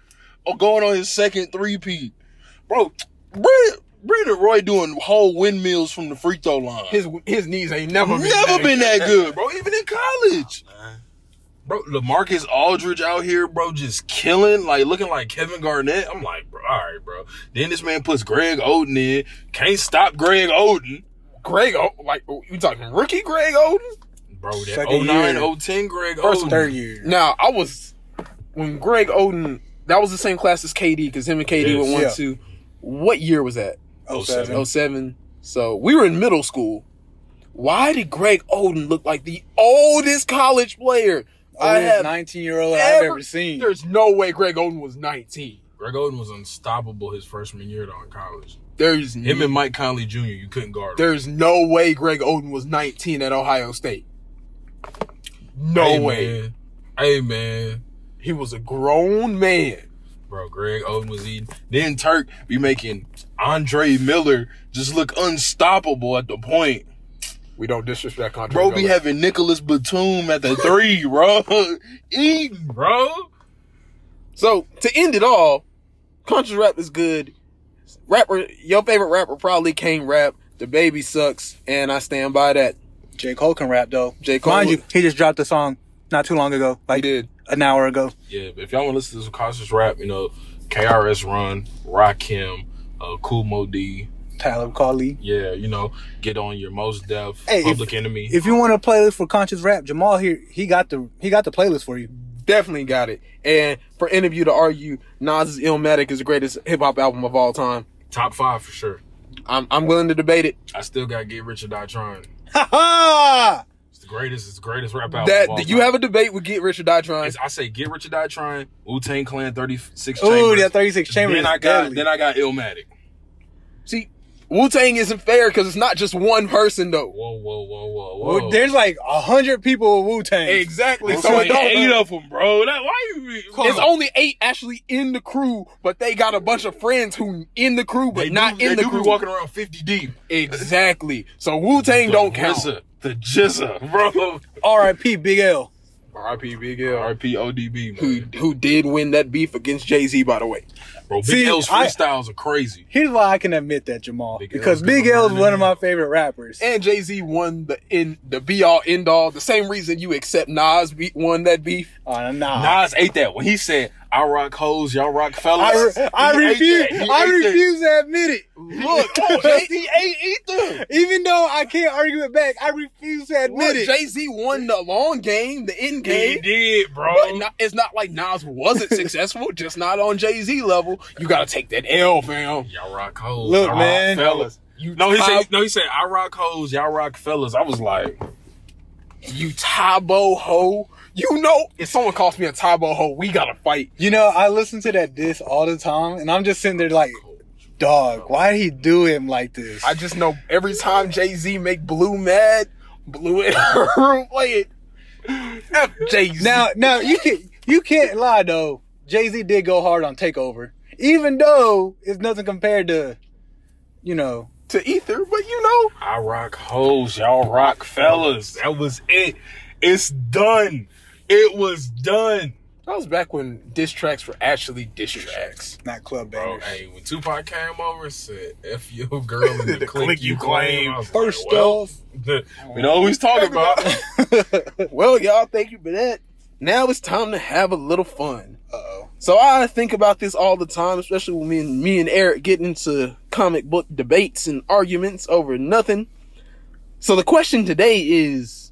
S3: Or going on his second three-peat. Bro, Brand- Brandon Roy doing whole windmills from the free throw line.
S7: His his knees ain't never been
S3: never
S7: banged.
S3: been that good, bro. Even in college,
S4: Man.
S3: bro. Lamarcus Aldridge out here, bro, just killing, like looking like Kevin Garnett. I'm like, bro, all right, bro. Then this man puts Greg Oden in. Can't stop Greg Oden,
S7: Greg, O- like you talking rookie Greg Oden?
S3: bro. That
S8: Second
S3: 09, 010 Greg
S8: First
S3: Oden.
S8: and third year.
S7: Now I was when Greg Oden. That was the same class as KD because him and KD
S3: Yes.
S7: were one
S8: Yeah.
S7: two. What year was that?
S3: Oh, seven.
S8: 07.
S7: 07. So we were in middle school. Why did Greg Oden look like the oldest college player I have
S8: 19 year old I've
S7: ever,
S8: ever seen.
S7: There's no way Greg Oden was 19.
S3: Greg Oden was unstoppable his freshman year though in college.
S7: There's
S3: Him
S7: n-
S3: and Mike Conley Jr. You couldn't guard. him.
S7: there's no way Greg Oden was 19 at Ohio State. No
S3: Hey,
S7: way.
S3: man. Hey man,
S7: He was a grown man.
S3: bro. Greg oh. Oden was eating. Then Turk be making Andre Miller just look unstoppable at the point.
S7: We don't disrespect Andre.
S3: Bro, be
S7: Miller.
S3: having Nicholas Batum at the three, bro. Eating, bro.
S7: So to end it all, country rap is good. Rapper, your favorite rapper probably can't rap. The baby sucks, and I stand by that.
S8: J. Cole can rap though.
S7: J. Cole-
S8: Mind you, he just dropped a song not too long ago. Like
S7: He did.
S8: an hour ago.
S3: Yeah, but if y'all want to listen to some conscious rap, you know, KRS Run, Rakim, uh, Cool Mo D.
S8: Talib Kweli.
S3: Yeah, you know, get on your most deaf
S8: Hey, if-
S3: public enemy.
S8: If you want a playlist for conscious rap, Jamal here he got the he got the playlist for you.
S7: Definitely got it. And for any of you to argue, Nas's Illmatic is the greatest hip hop album of all time.
S3: Top five for sure.
S7: I'm I'm willing to debate it.
S3: I still got Get Rich or Die Trying.
S8: Ha ha!
S3: It's the greatest. It's the greatest rap album.
S7: That
S3: of all
S7: you
S3: time.
S7: have a debate with Get Rich or Die Trying.
S3: It's- I say Get Rich or Die Trying. Wu Tang Clan, Thirty Six
S8: Ooh,
S3: Chambers.
S8: that 36 chamber.
S3: Then I got. Then I got Illmatic.
S7: See, Wu Tang isn't fair because it's not just one person though.
S3: Whoa, whoa, whoa, whoa, whoa.
S8: well, there's like a hundred people with Wu Tang.
S7: Exactly.
S3: It's
S7: So it
S3: only
S7: don't.
S3: eight of them, bro. That, why you? be-
S7: It's
S3: Come on.
S7: only eight actually in the crew, but they got a bunch of friends who in the crew, but
S3: They do-
S7: not in
S3: they
S7: the
S3: do be
S7: crew.
S3: walking around fifty deep.
S7: Exactly. So Wu Tang
S3: The
S7: don't count.
S3: RZA, the Jizza, bro.
S8: R.I.P. Big L.
S7: R.I.P. Big L.
S3: R.P. ODB,
S7: Who
S3: man.
S7: who did win that beef against Jay Z? By the way,
S3: Bro, Big
S8: See,
S3: L's
S8: I-
S3: freestyles are crazy.
S8: Here's why I can admit that Jamal
S3: Big L's
S8: because
S3: good
S8: Big
S3: on
S8: L is
S3: running
S8: one of my
S3: man.
S8: favorite rappers.
S7: and Jay Z won the in the be all end all. The same reason you accept Nas beat won that beef.
S8: Uh, nah.
S3: Nas ate that when he said, "I rock hoes, y'all rock
S8: I,
S3: fellas."
S8: re- I
S3: He ate
S8: refuse.
S3: that. He
S8: I
S3: ate that.
S8: refuse to admit it.
S7: Look,
S3: Jay Z ate either.
S8: Even though I can't argue it back, I refuse to admit it.
S7: Jay Z won the long game, the end
S3: He
S7: game.
S3: did, bro.
S7: But not- it's not like Nas wasn't successful, just not on Jay Z level. You gotta take that L, fam.
S3: Y'all rock hoes.
S8: Look,
S3: y'all rock
S8: man.
S3: fellas.
S7: You
S3: No, he
S7: tie-
S3: said. No, he said. I rock hoes. Y'all rock fellas. I was like,
S7: you Tybo ho. You know, if someone calls me a Tybo ho, we gotta fight.
S8: You know, I listen to that diss all the time, and I'm just sitting there like, dog, why he do him like this?
S7: I just know every time Jay Z make Blue mad, Blue in her room play it. F Jay Z.
S8: now, now you can you can't lie though. Jay Z did go hard on Takeover, even though it's nothing compared to, you know,
S7: to Ether, but you know,
S3: I rock hoes. Y'all rock fellas. That was it. It's done. It was done.
S7: that was back when diss tracks were actually diss tracks.
S8: not club
S3: Bro,
S8: bangers.
S3: Oh, hey, when Tupac came over and said, F your girl in the,
S7: The
S3: clique
S7: clique
S3: you
S7: you
S3: claim.
S7: claim.
S3: I was
S8: First
S3: like, well,
S8: off,
S3: we know who he's talking about.
S7: well, y'all, thank you for that. Now it's time to have a little fun.
S8: uh oh,
S7: So I think about this all the time, especially when me and, me and Eric get into comic book debates and arguments over nothing. So the question today is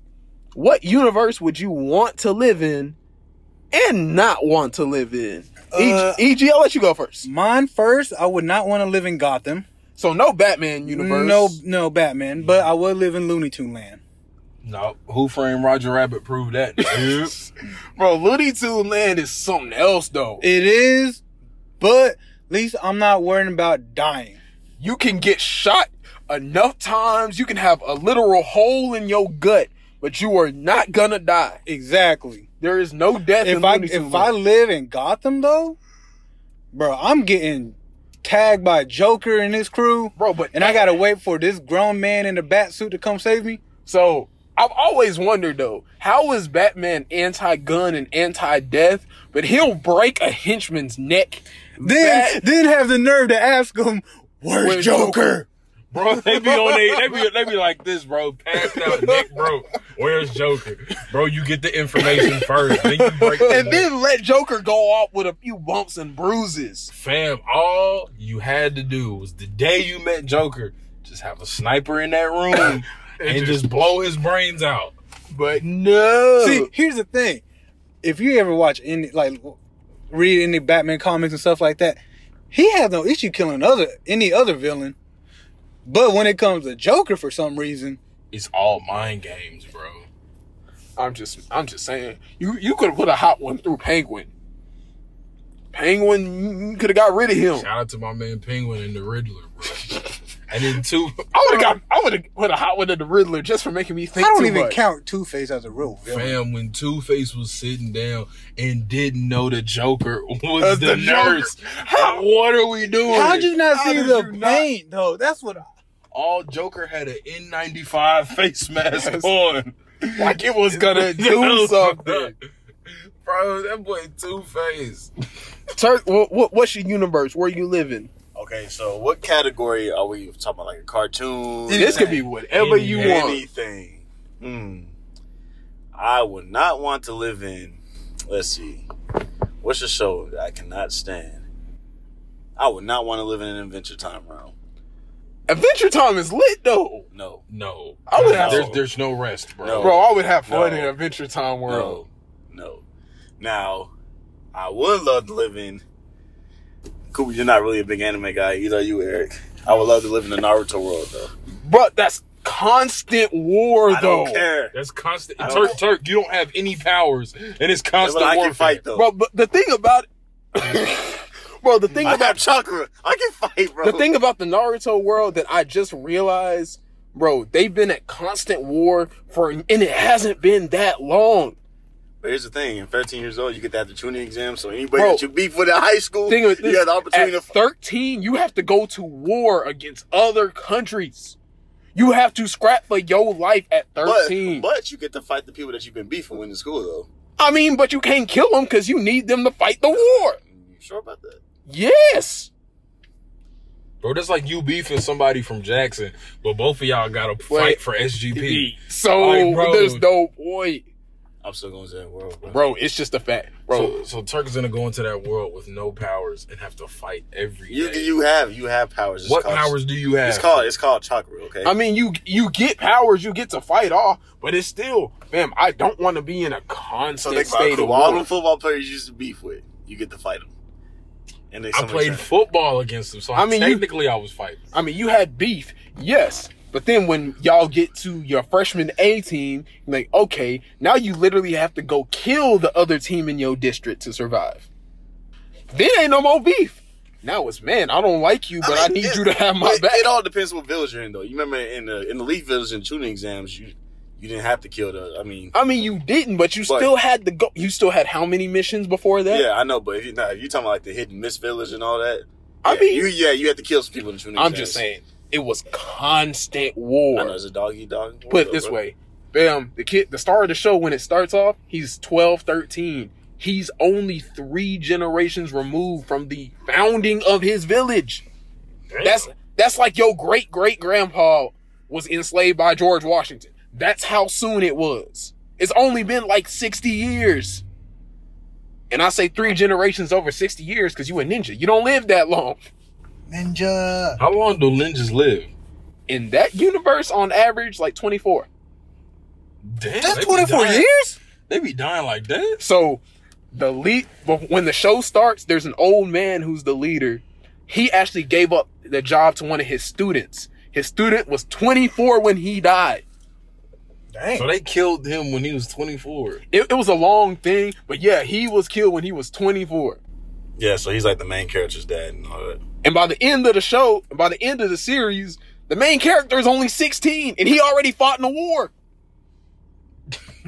S7: what universe would you want to live in and not want to live in? E
S8: Uh,
S7: EG, EG, I'll let you go first.
S8: mine first. I would not want to live in Gotham.
S7: So no Batman universe.
S8: No, no Batman, but I would live in Looney Tune Land.
S3: no, Who Framed Roger Rabbit proved that.
S7: Bro, Looney Tune Land is something else though.
S8: It is, but at least I'm not worrying about dying.
S7: you can get shot enough times, you can have a literal hole in your gut, but you are not gonna die.
S8: Exactly.
S7: There is no death
S8: if
S7: in
S8: I
S7: Looney Tune
S8: if I
S7: Land.
S8: live in Gotham though, bro, I'm getting tagged by Joker and his crew,
S7: Bro, but
S8: and I gotta wait for this grown man in the bat suit to come save me.
S7: So I've always wondered though, how is Batman anti-gun and anti-death, but he'll break a henchman's neck?
S8: Then
S7: Bat-
S8: then have the nerve to ask him
S5: Where's, Joker? Bro, they be on they, they be they be like this, bro. Passed out, Nick, bro. Where's Joker, bro? You get the information first, then you break. the
S3: And then let Joker go off with a few bumps and bruises.
S5: Fam, all you had to do was the day you met Joker, just have a sniper in that room and just blow his brains out.
S3: But no.
S8: See, here's the thing. If you ever watch any, like, read any Batman comics and stuff like that, he has no issue killing other any other villain. But when it comes to Joker, for some reason,
S5: It's all mind games, bro.
S3: I'm just I'm just saying you you could have put a hot one through Penguin. Penguin could have got rid of him.
S5: Shout out to my man Penguin and the Riddler, bro. And then two,
S3: I would have got I would have put a hot one at the Riddler just for making me think.
S8: I don't
S3: too
S8: even
S3: much.
S8: count Two Face as a real villain.
S5: fam, when Two Face was sitting down and didn't know the Joker was
S3: As
S5: the,
S3: Uh, the Joker.
S5: nurse, how, what are we doing?
S8: How'd you not
S5: How
S8: see
S5: did
S8: the
S5: you not-
S8: paint though? That's what. I,
S5: All Joker had an N95 face mask on.
S3: Like it was gonna do something.
S5: Bro, that boy Two Face.
S3: Tur- what, what, what's your universe? Where you living?
S4: Okay, so what category are we talking about? Like a cartoon?
S3: This could be whatever you want.
S4: anything. Hmm. I would not want to live in. Let's see. What's a show that I cannot stand? I would not want to live in an Adventure Time realm.
S3: Adventure Time is lit though.
S4: No.
S5: No.
S3: I would have-
S5: there's, there's no rest, bro.
S4: No.
S3: Bro, I would have fun
S4: No.
S3: in Adventure Time world.
S4: No. No. Now, I would love to live in. Cooper, you're not really a big anime guy either, are you, Eric? I would love to live in the Naruto world, though.
S3: Bro, that's constant war
S4: I
S3: though.
S4: don't care.
S5: That's constant.
S4: I
S5: Turk,
S4: don't-
S5: Turk, you don't have any powers, and it's
S4: But
S5: constant
S4: I
S5: warfare.
S4: can fight, though.
S3: Bro, but the thing about Bro, the thing
S4: I
S3: about
S4: got chakra. I can fight, bro.
S3: the thing about the Naruto world that I just realized, bro, they've been at constant war for, and it hasn't been that long.
S4: But here's the thing: at 13 years old, you get that the tuning exam. So anybody
S3: Bro,
S4: that you beef with in high school,
S3: Think of it this,
S4: you got the opportunity
S3: at
S4: to. F-
S3: 13, you have to go to war against other countries. You have to scrap for your life at
S4: but,
S3: 13.
S4: but you get to fight the people that you've been beefing with in school, though.
S3: I mean, but you can't kill them because you need them to fight the war.
S4: You sure about that?
S3: Yes.
S5: Bro, that's like you beefing somebody from Jackson, but both of y'all got to
S3: Wait.
S5: fight for SGP.
S3: So
S5: Like, bro.
S3: there's no point.
S4: I'm still going to that world, bro.
S3: Bro, it's just a fact. Bro,
S5: So, so Turk is gonna go into that world with no powers and have to fight every day.
S4: You you have you have powers. It's
S5: what
S4: called-
S5: powers do you have?
S4: It's called it's called chakra. Okay.
S3: I mean, you you get powers, you get to fight off, but it's still, fam. I don't want to be in a
S4: so
S3: constant
S4: they
S3: state of
S4: all
S3: war.
S4: the football players you used to beef with. You get to fight them. And they
S5: I played
S4: sometimes-
S5: football against them, so
S3: I mean, you-
S5: technically I was fighting.
S3: I mean, you had beef, yes, but then when y'all get to your freshman A team, you're like, okay, now you literally have to go kill the other team in your district to survive. Then ain't no more beef. Now it's man, I don't like you, but I,
S4: mean,
S3: need
S4: it-
S3: you to have my
S4: but
S3: back.
S4: It all depends what village you're in, though. You remember in the in the league village and tuning exams, you you didn't have to kill the. I mean,
S3: I mean, you didn't, but you
S4: But-
S3: still had to go. You still had how many missions before that?
S4: Yeah, I know, but if you nah, if you talking about like the hidden miss village and all that.
S3: I
S4: yeah,
S3: mean-
S4: you yeah, you had to kill some people in Trinity.
S3: I'm just saying, it was constant war.
S4: I know it's a dog eat dog.
S3: put it this way bam the kid the star of the show when it starts off he's 12 13 he's only three generations removed from the founding of his village that's that's like your great great grandpa was enslaved by george washington that's how soon it was it's only been like 60 years and i say three generations over 60 years because you a ninja you don't live that long
S8: Ninja.
S5: How long do ninjas live?
S3: in that universe on average like 24
S5: Damn, they
S8: That's
S5: be
S8: twenty four
S5: dying-
S8: years.
S5: They be dying like that.
S3: So the lead when the show starts, there's an old man who's the leader. He actually gave up the job to one of his students. His student was 24 when he died.
S5: So they killed him when he was 24.
S3: It, it was a long thing, but yeah, he was killed when he was 24.
S4: Yeah, so he's like the main character's dad and all that.
S3: And by the end of the show, by the end of the series, the main character is only 16 and he already fought in a war.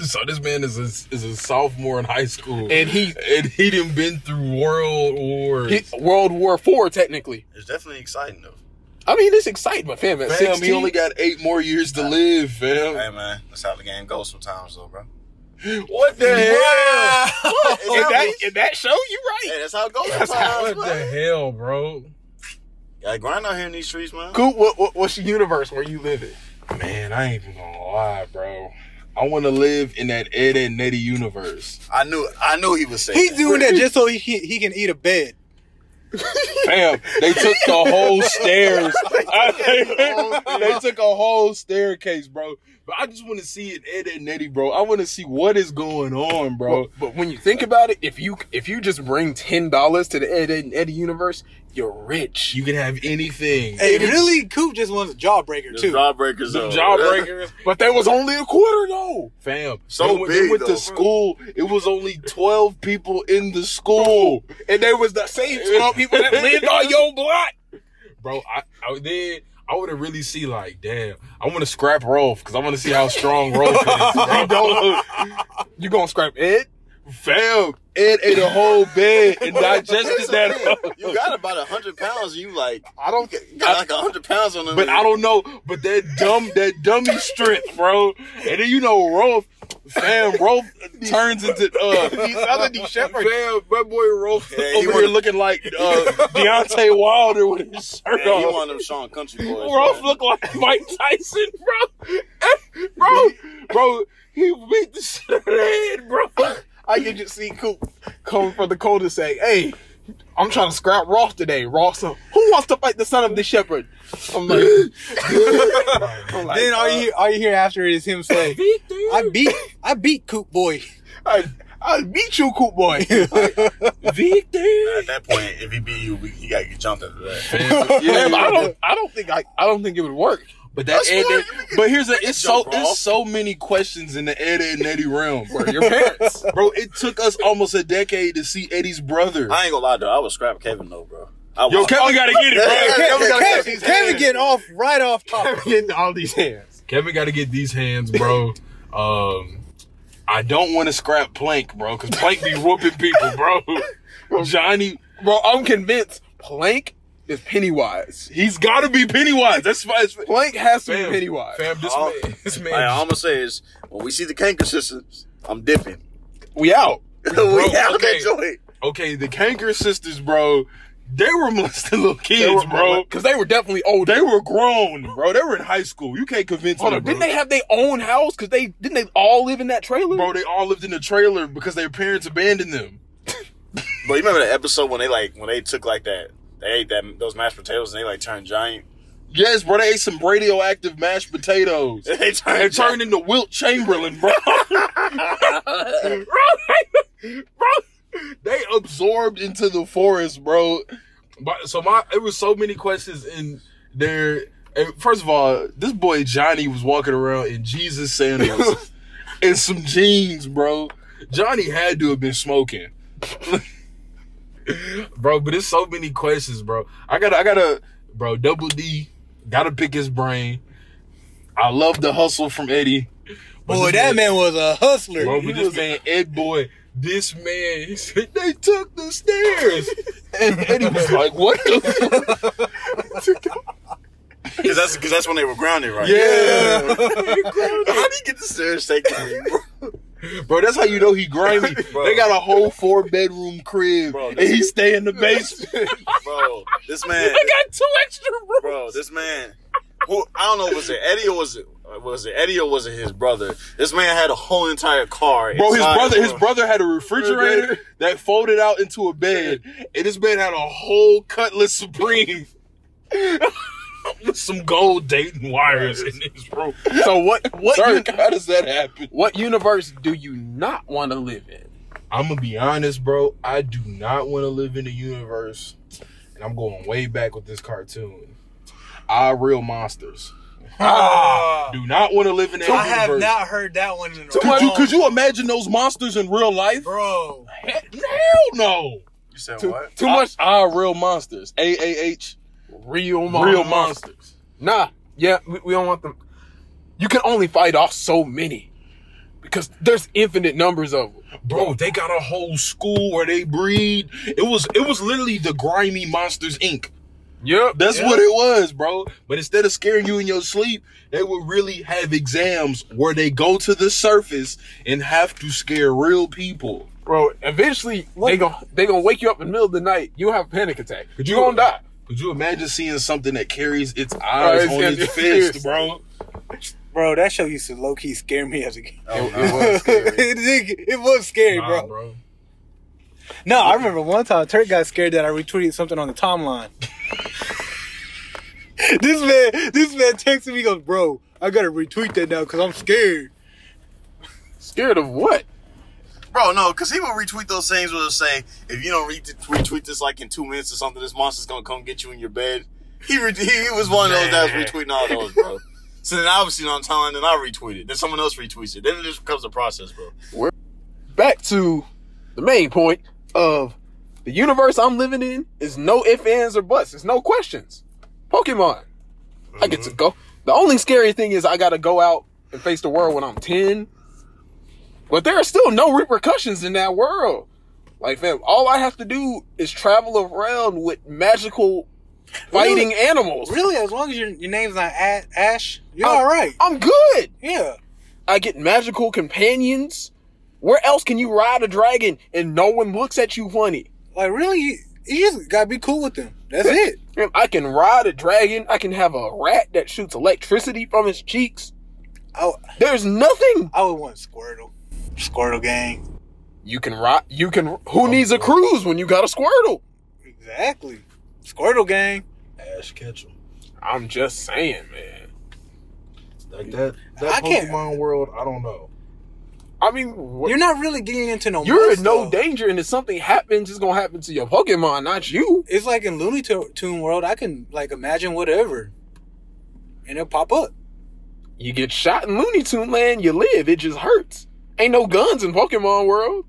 S5: So this man is a, is a sophomore in high school,
S3: And he-
S5: and he done been through world wars.
S3: He- World War 4 technically.
S4: It's definitely exciting though.
S3: I mean, it's exciting, but fam, at
S5: fam,
S3: 16,
S5: he only got eight more years to live,
S4: Hey
S5: fam.
S4: man, that's how the game goes sometimes though, bro.
S5: What the hell?
S3: in, that, in that show, you right.
S4: Hey, that's how it goes
S5: What
S4: sometimes,
S5: the
S4: bro.
S5: hell, bro?
S4: Gotta grind out here in these streets, man.
S7: Coop, what, what what's your universe where you live in?
S3: Man, I ain't even gonna lie, bro. I want to live in that Ed and Nettie universe.
S4: I knew, I knew he was saying.
S8: He's doing that just so he he, he can eat a bed.
S3: Fam, they took the whole stairs. they took a whole staircase, bro. But I just want to see it, Ed and Nettie, bro. I want to see what is going on, bro.
S7: But, but when you think about it, if you if you just bring ten dollars to the Ed, Ed and Eddie universe, you're rich.
S3: You can have anything.
S8: Hey, really, Coop just wants a jawbreaker
S4: Just
S8: too.
S4: jawbreakers,
S3: Some
S4: though.
S3: jawbreakers.
S7: But that was only a quarter though.
S3: Fam,
S4: So
S3: they, went- they
S4: big,
S3: went
S4: though.
S3: to school. It was only twelve people in the school,
S7: And they was the same twelve people that lived on your block.
S3: bro. I, I then I would have really see like, damn. I want to scrap Rolf because I want to see how strong Rolf is. Bro.
S7: You gonna scrap Ed?
S3: Fam, Ed ate a whole bed and digested that.
S4: You got about a hundred pounds. You like
S7: I don't get
S4: you got like a hundred pounds on them.
S3: But I don't know. But that dumb, that dummy strip, bro. And then you know Rolf, fam, Rolf turns into uh,
S7: these other these shepherds.
S3: fam, my boy Rolf
S4: Yeah, he
S3: over here
S4: wanna-
S3: looking like uh, Deontay Wilder with his shirt
S4: Man, he
S3: off.
S4: one of them Sean Country boys.
S3: Rolf
S4: man.
S3: look like Mike Tyson, bro. Eh, bro, bro, he beat the shit out of Ed, bro.
S7: I can just see Coop coming from the cold and say, "Hey, I'm trying to scrap Ross today. Ross, who wants to fight the son of the shepherd?" I'm like, I'm like,
S8: then all you hear, all you hear after is him say, "I beat I beat Coop boy."
S7: I, I beat you, Coop boy.
S4: At that point, if he beat you, we, you gotta get jumped after that.
S3: Yeah,
S7: Damn, I don't, I don't think I, I don't think it would work.
S3: But that Ed,
S4: fine.
S3: Ed- but here's a it's so
S4: Jump, bro.
S3: it's so many questions in the Ed Ed and Eddie realm, bro.
S7: Or your parents.
S3: bro. It took us almost a decade to see Eddie's brother.
S4: I ain't gonna lie, though. I would scrap Kevin though, bro. I
S3: Yo,
S4: would.
S3: Kevin gotta get it, bro.
S7: Kevin gotta catch
S8: Kevin,
S7: these
S8: Kevin
S7: hands.
S8: getting off right off top.
S7: Getting all these hands.
S3: Kevin gotta get these hands, bro. Um, I don't want to scrap Plank, bro, because Plank be whooping people, bro. Johnny,
S7: Bro, I'm convinced Plank is Pennywise.
S3: he's gotta be Pennywise. That's why. it's-
S7: Plank has to
S3: Fam,
S7: be Pennywise.
S3: Fam, this
S4: Oh.
S3: man, this man,
S4: I almost say is when we see the canker sisters, I'm dipping.
S7: We out.
S4: we
S3: Bro,
S4: out
S3: okay.
S4: that joint.
S3: okay, the Kanker sisters, bro, they were molesting little kids, bro.
S7: Because they were definitely old.
S3: They were grown, bro. They were in high school. You can't convince
S7: Hold
S3: me,
S7: on,
S3: bro.
S7: didn't they have their own house? Because they didn't they all live in that trailer?
S3: bro, they all lived in a trailer because their parents abandoned them.
S4: But you remember that episode when they like when they took like that they ate that those mashed potatoes and they like turned giant.
S3: Yes, bro, they ate some radioactive mashed potatoes.
S4: they
S3: They
S4: turned
S3: turned
S4: giant.
S3: into Wilt Chamberlain, bro. bro, they, bro, they absorbed into the forest, bro. But- So my, it was so many questions in there. And First of all, this boy Johnny was walking around in Jesus sandals and some jeans, bro. Johnny had to have been smoking, bro. But it's so many questions, bro. I gotta, I gotta, bro. Double D, gotta pick his brain. I love the hustle from Eddie. But
S8: Boy,
S3: this
S8: that man was a hustler.
S3: Bro, but
S8: He
S3: this
S8: was-
S3: man, Ed Boy, this man, he said, they took the stairs. and Eddie was like, what the fuck?
S4: Because that's because that's when they were grounded, right?
S3: Yeah.
S4: How do you get the stairs taken? from you, bro?
S3: Bro, that's how you know he grimy.
S4: Bro.
S3: They got a whole four bedroom crib.
S4: Bro,
S3: and
S4: this-
S3: he stay in the basement.
S4: bro, this man,
S3: I got two extra rooms.
S4: bro, this man. Who I don't know was it Eddie or was it was it Eddie or was it his brother? This man had a whole entire car.
S3: Bro, his
S4: inside,
S3: brother, his
S4: bro.
S3: brother had a refrigerator that folded out into a bed, and this man had a whole cutlass supreme with some gold Dayton wires in his room.
S7: so what what
S3: Sir,
S7: uni-
S3: how does that happen?
S7: what universe do you not want to live in?
S3: I'm gonna be honest, bro. I do not want to live in the universe, and I'm going way back with this cartoon. I real monsters.
S8: Ah.
S3: Do not want to live in that
S8: I have
S3: universe.
S8: not heard that one in a
S3: could, you,
S8: long-
S3: could you imagine those monsters in real life?
S8: bro.
S3: Hell no.
S4: You said
S7: Too,
S4: what?
S3: Ah.
S7: too much
S3: I real monsters. A A H
S7: real monster.
S3: real monsters.
S7: Nah, yeah, we, we don't want them. You can only fight off so many because there's infinite numbers of them.
S3: Bro, they got a whole school where they breed. It was it was literally the grimy monsters inc.
S7: Yep,
S3: That's what it was, bro. But instead of scaring you in your sleep, they would really have exams where they go to the surface and have to scare real people.
S7: bro. Eventually, they gon' they gonna wake you up in the middle of the night. You have a panic attack.
S3: Could
S7: you
S3: you-
S7: gonna die.
S3: Could you imagine seeing something that carries its eyes
S7: it's
S3: on
S7: got
S3: its
S7: its
S3: fist,
S7: fist.
S3: bro?
S8: Bro, that show used to low key scare me as a kid.
S3: Oh,
S7: It-
S3: no.
S7: it was scary.
S8: it, did- it was scary,
S3: Nah,
S8: bro. No, I remember one time Turk got scared that I retweeted something on the timeline. this man, this man texted me, he goes, "Bro, I gotta retweet that now because I'm scared."
S7: Scared of what?
S4: Bro, no, because he will retweet those things where they'll say, if you don't re- retweet this like in two minutes or something, this monster's going to come get you in your bed. He, re- he, he was one of those that was retweeting all those, bro. so then obviously on time, then I retweet it. Then someone else retweets it. Then it just becomes a process, bro.
S7: Back to the main point of the universe I'm living in is no ifs, ands, or buts. It's no questions. Pokemon. I get to go. The only scary thing is I gotta go out and face the world when I'm 10. But there are still no repercussions in that world. Like, fam, all I have to do is travel around with magical fighting animals.
S8: Really, as long as your, your name's not A- Ash, Oh. you're
S7: I'm-
S8: all right.
S7: I'm good.
S8: Yeah,
S7: I get magical companions. Where else can you ride a dragon and no one looks at you funny?
S8: like really, you, you just gotta be cool with them. That's it.
S7: Fam, I can ride a dragon. I can have a rat that shoots electricity from its cheeks.
S8: I,
S7: There's nothing
S8: I would want Squirtle, Squirtle gang.
S7: you can ride. You can. Who needs a cruise when you got a Squirtle?
S8: Exactly, Squirtle gang.
S3: Ash Ketchum.
S7: I'm just saying, man.
S3: Like that,
S8: I
S3: that
S8: can't-
S3: Pokemon world, I don't know.
S7: I mean, wh-
S8: You're
S7: you're,
S8: not really getting into no.
S7: in no
S8: danger.
S7: danger, and if something happens, it's gonna happen to your Pokemon, not you.
S8: It's like in Looney Tu- Tune world. I can like imagine whatever, and it'll pop up.
S7: You get shot in Looney Tune Land, you live. It just hurts. Ain't no guns in Pokemon World.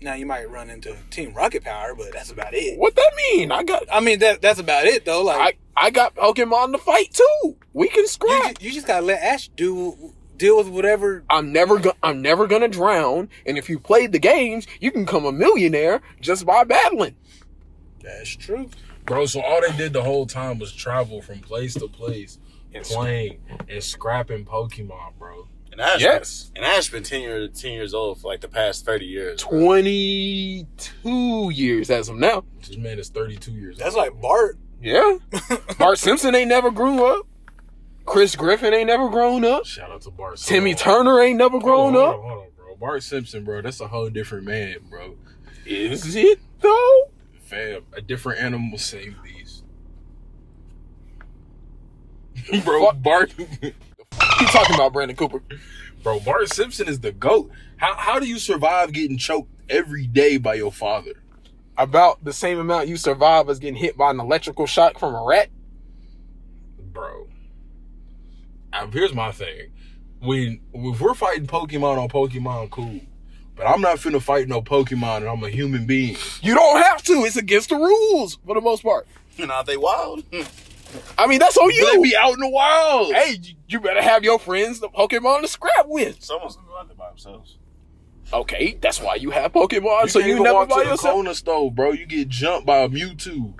S8: Now you might run into Team Rocket Power, but that's about it.
S7: What that mean? I got
S8: I mean, that that's about it though.
S7: I,
S8: Like
S7: I got Pokemon to fight too. We can
S8: you,
S7: scrap.
S8: ju- you just gotta let Ash do deal with whatever.
S7: I'm never go- I'm never gonna drown. And if you played the games, you can become a millionaire just by battling.
S8: That's true.
S3: Bro, so all they did the whole time was travel from place to place, playing and scrapping Pokemon, bro.
S4: And Ash,
S7: Yes.
S4: And Ash been 10, year, 10 years old for like the past 30 years. bro.
S7: Twenty two years as of now.
S3: This man is 32 years
S8: That's
S3: old.
S8: like Bart.
S7: Yeah. Bart Simpson ain't never grew up. Chris Griffin ain't never grown up.
S3: Shout out to Bart.
S7: Timmy
S3: Simpson.
S7: Turner ain't never
S3: Hold on,
S7: grown
S3: hold
S7: up.
S3: on, hold on, bro. Bart Simpson, bro. That's a whole different man, bro.
S7: Is it though?
S3: Fam, a different animal saved these. bro,
S7: Fuck.
S3: Bart.
S7: Keep talking about Brandon Cooper.
S3: bro, Bart Simpson is the goat. How how do you survive getting choked every day by your father?
S7: About the same amount you survive as getting hit by an electrical shock from a rat.
S3: bro. Uh, here's my thing: when if we're fighting Pokemon on Pokemon, cool. But I'm not finna fight no Pokemon, and I'm a human being.
S7: You don't have to. It's against the rules for the most part.
S4: You know, they wild.
S7: I mean, that's on
S3: Let
S7: you.
S3: me out in the wild.
S7: hey, you- you better have your friends the Pokemon to scrap with.
S4: Someone's going to go out there by themselves.
S7: Okay, that's why you have Pokemon, Oh, so
S3: can't
S7: you
S3: even
S7: never
S3: walk
S7: buy
S3: to the
S7: yourself.
S3: corner store, bro. You get jumped by a Mewtwo.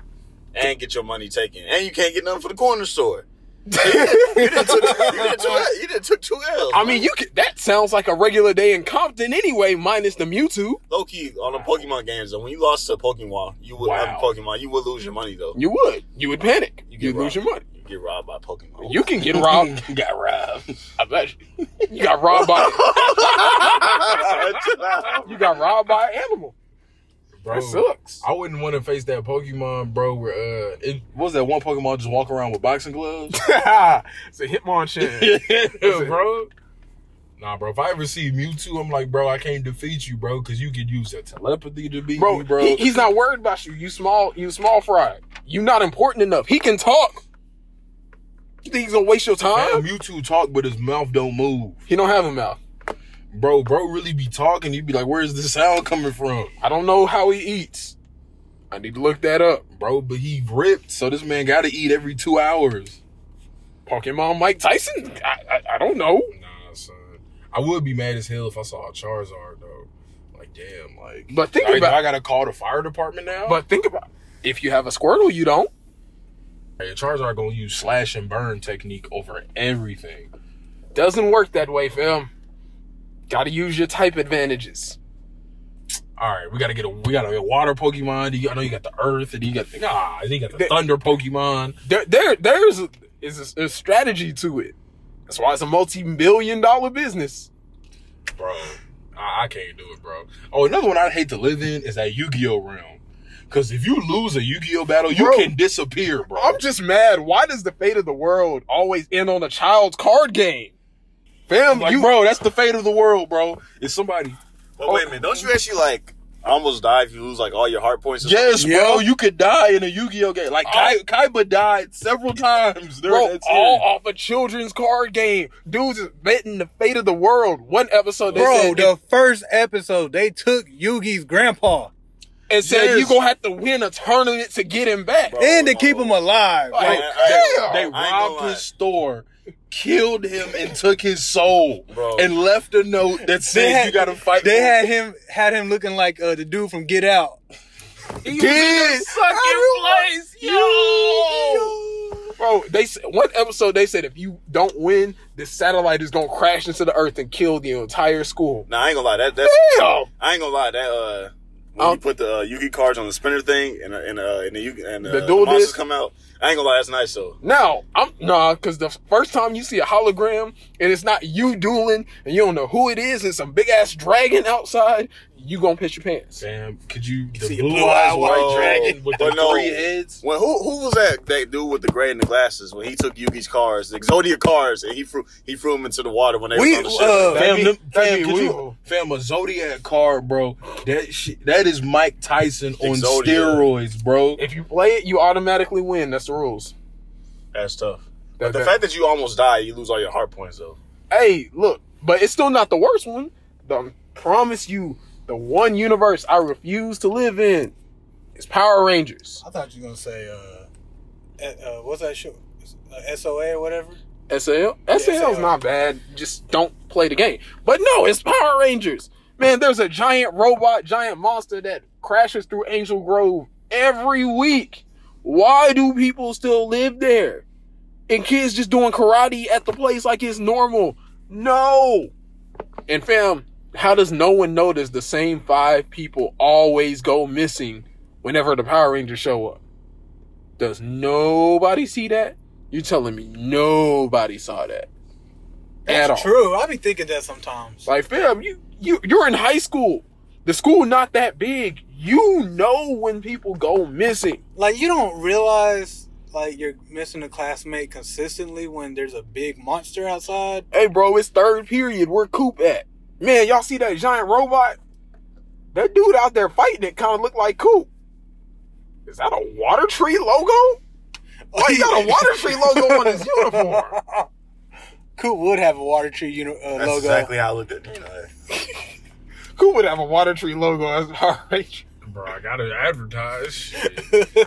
S4: and get your money taken, and you can't get nothing for the corner store. you did took you done took, you done took two L's.
S7: I mean, you can, that sounds like a regular day in Compton anyway, minus the Mewtwo.
S4: low key on the Pokemon games. Though, when you lost to Pokemon, you would
S3: Wow.
S4: I mean, Pokemon. You would lose your money though.
S7: You would, you would panic.
S4: You
S7: You
S4: get
S7: would lose
S4: robbed.
S7: your money.
S4: You get robbed by Pokemon.
S7: You can get robbed.
S3: got robbed.
S7: I bet you. You got robbed by. you got robbed by an animal.
S3: Bro,
S7: That sucks.
S3: I wouldn't want to face that Pokemon, bro. Where uh, it what was that one Pokemon just walk around with boxing gloves,
S7: it's a Hitmonchan.
S3: bro. Nah, bro. If I ever see Mewtwo, I'm like, bro, I can't defeat you, bro, because you could use that telepathy to beat
S7: bro,
S3: me, bro.
S7: he- he's not worried about you. You small, you small fry. You not important enough. He can talk. You think he's gonna waste your
S3: Fam,
S7: time?
S3: Mewtwo talk, but his mouth don't move.
S7: He don't have a mouth.
S3: Bro, bro really be talking. You be like, where's the sound coming from?
S7: I don't know how he eats. I need to look that up.
S3: Bro, but he ripped, so this man gotta eat every two hours.
S7: Pokemon Mike Tyson. I I, I don't know.
S3: Nah, son. I would be mad as hell if I saw a Charizard though. Like, damn, like
S7: But think
S3: I,
S7: about-
S3: I gotta call the fire department now.
S7: But think about it. if you have a Squirtle, you don't.
S3: hey, Charizard gonna use slash and burn technique over everything.
S7: Doesn't work that way, fam. Got to use your type advantages.
S3: all right, we gotta get a we gotta get water Pokemon. You- I know you got the Earth and you got the ah, you got the
S7: They-
S3: Thunder Pokemon.
S7: There, there there's a, is a, a strategy to it. That's why it's a multi-million dollar business.
S3: bro. I, I can't do it, bro. Oh, another one I'd hate to live in is that Yu-Gi-Oh realm. Cause if you lose a Yu-Gi-Oh battle, you
S7: Bro.
S3: can disappear, bro.
S7: I'm just mad. Why does the fate of the world always end on a child's card game? Fam,
S3: like,
S7: you
S3: bro, that's the fate of the world, bro. It's somebody.
S4: But wait a minute, don't you actually like almost die if you lose like all your heart points? or
S3: Yes,
S7: Yeah. Oh.
S3: bro, you could die in a Yu-Gi-Oh game. Like Kai, Kaiba died several times during
S7: Bro,
S3: that series.
S7: all off a children's card game. Dudes is betting the fate of the world. One episode, they
S8: Bro,
S7: said,
S8: the first episode, they took Yugi's grandpa
S7: and said
S3: Yes.
S7: you gonna have to win a tournament to get him back.
S4: Bro.
S8: and to keep him alive.
S3: They-
S8: Like,
S4: I-
S3: they- they
S4: I ain't gonna
S3: robbed
S4: lie.
S3: his store, killed him, and took his soul,
S4: Bro.
S3: and left a note that said
S8: had-
S3: you got to fight.
S8: they
S3: for
S8: had him had him looking like uh, the dude from Get Out.
S7: Did
S3: sucking place,
S7: yo. Bro, they s- one episode they said if you don't win, the satellite is gonna crash into the earth and kill the entire school.
S4: Nah, I ain't gonna lie. That that's
S7: Damn.
S4: I ain't gonna lie. That uh, when
S7: Um,
S4: you put the uh, Yugi cards on the spinner thing and uh, and uh, and the Yugi and uh,
S7: The
S4: the,
S7: dual
S4: monsters
S7: disc?
S4: come out. I ain't gonna lie. That's nice though.
S7: Now, I'm nah, cause the first time you see a hologram and it's not you dueling and you don't know who it is, it's some big ass dragon outside, you gonna piss your pants.
S3: Sam, could you, the
S8: see a
S3: blue
S8: blue-eyed
S3: eyes white
S4: white
S3: dragon
S4: dragon
S3: with the
S4: but no.
S3: three heads?
S4: When who who was that that dude with the gray and the glasses when he took Yugi's cars, the Exodia cars, and he threw he threw them into the water when they
S8: We,
S4: were on the ship.
S8: uh,
S3: Fam,
S7: be-
S3: them,
S7: that'd
S3: fam,
S7: be
S3: could you,
S7: weird.
S3: fam, a Zodiac card, bro. That shit, that is Mike Tyson on
S4: Exodia.
S3: steroids, bro.
S7: If you play it, you automatically win. That's the rules.
S4: That's tough.
S7: That-
S4: But the
S7: that-
S4: fact that you almost die, you lose all your heart points though.
S7: hey, look, but it's still not the worst one. The, I promise you, the one universe I refuse to live in is Power Rangers.
S8: I thought you were gonna say uh, eh, uh what's that show? Uh, SOA or whatever.
S7: SL? SL's
S8: SAO.
S7: not bad. Just don't play the game. But no, it's Power Rangers. Man, there's a giant robot, giant monster that crashes through Angel Grove every week. Why do people still live there? And kids just doing karate at the place like it's normal. No. And fam, how does no one notice the same five people always go missing whenever the Power Rangers show up? Does nobody see that? You telling me nobody saw that at all?
S8: That's true. I be thinking that sometimes.
S7: Like, fam, you you you're in high school. The school not that big. You know when people go missing.
S8: like you don't realize like you're missing a classmate consistently when there's a big monster outside.
S7: Hey, bro, it's third period. Where Coop at? Man, y'all see that giant robot? That dude out there fighting it kind of looked like Coop. Is that a water tree logo? Why you got a water tree logo on his uniform?
S8: Coop would have a water tree uni- uh,
S4: That's
S8: logo.
S4: exactly how I looked at you know.
S7: Coop would have a water tree logo as our Ranger.
S3: Bro, I gotta advertise. Shit.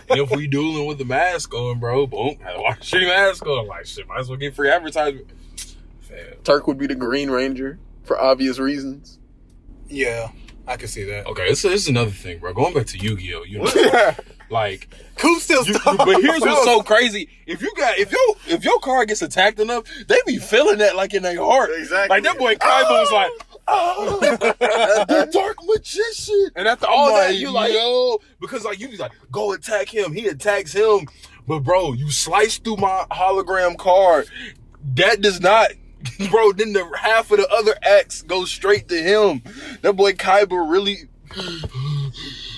S3: And if we dueling with the mask on, bro, boom, I watch shitty mask on. Like, shit, might as well get free advertisement. Fam.
S7: Turk would be the Green Ranger for obvious reasons.
S8: Yeah, I can see that.
S3: Okay, this, this is another thing, bro. Going back to Yu Gi Oh, you know,
S7: Yeah.
S3: like,
S8: Coop still.
S3: you, but here's what's so crazy: if you got if your if your car gets attacked enough, they be feeling that like in their heart.
S4: Exactly.
S3: Like that boy Kaiba was like, oh, the dark magician.
S7: And after all
S3: I'm
S7: that, you like,
S3: yo, because like you be like, go attack him. He attacks him, but bro, you slice through my hologram card. That does not. Bro, then the half of the other acts go straight to him. That boy Kaiba really,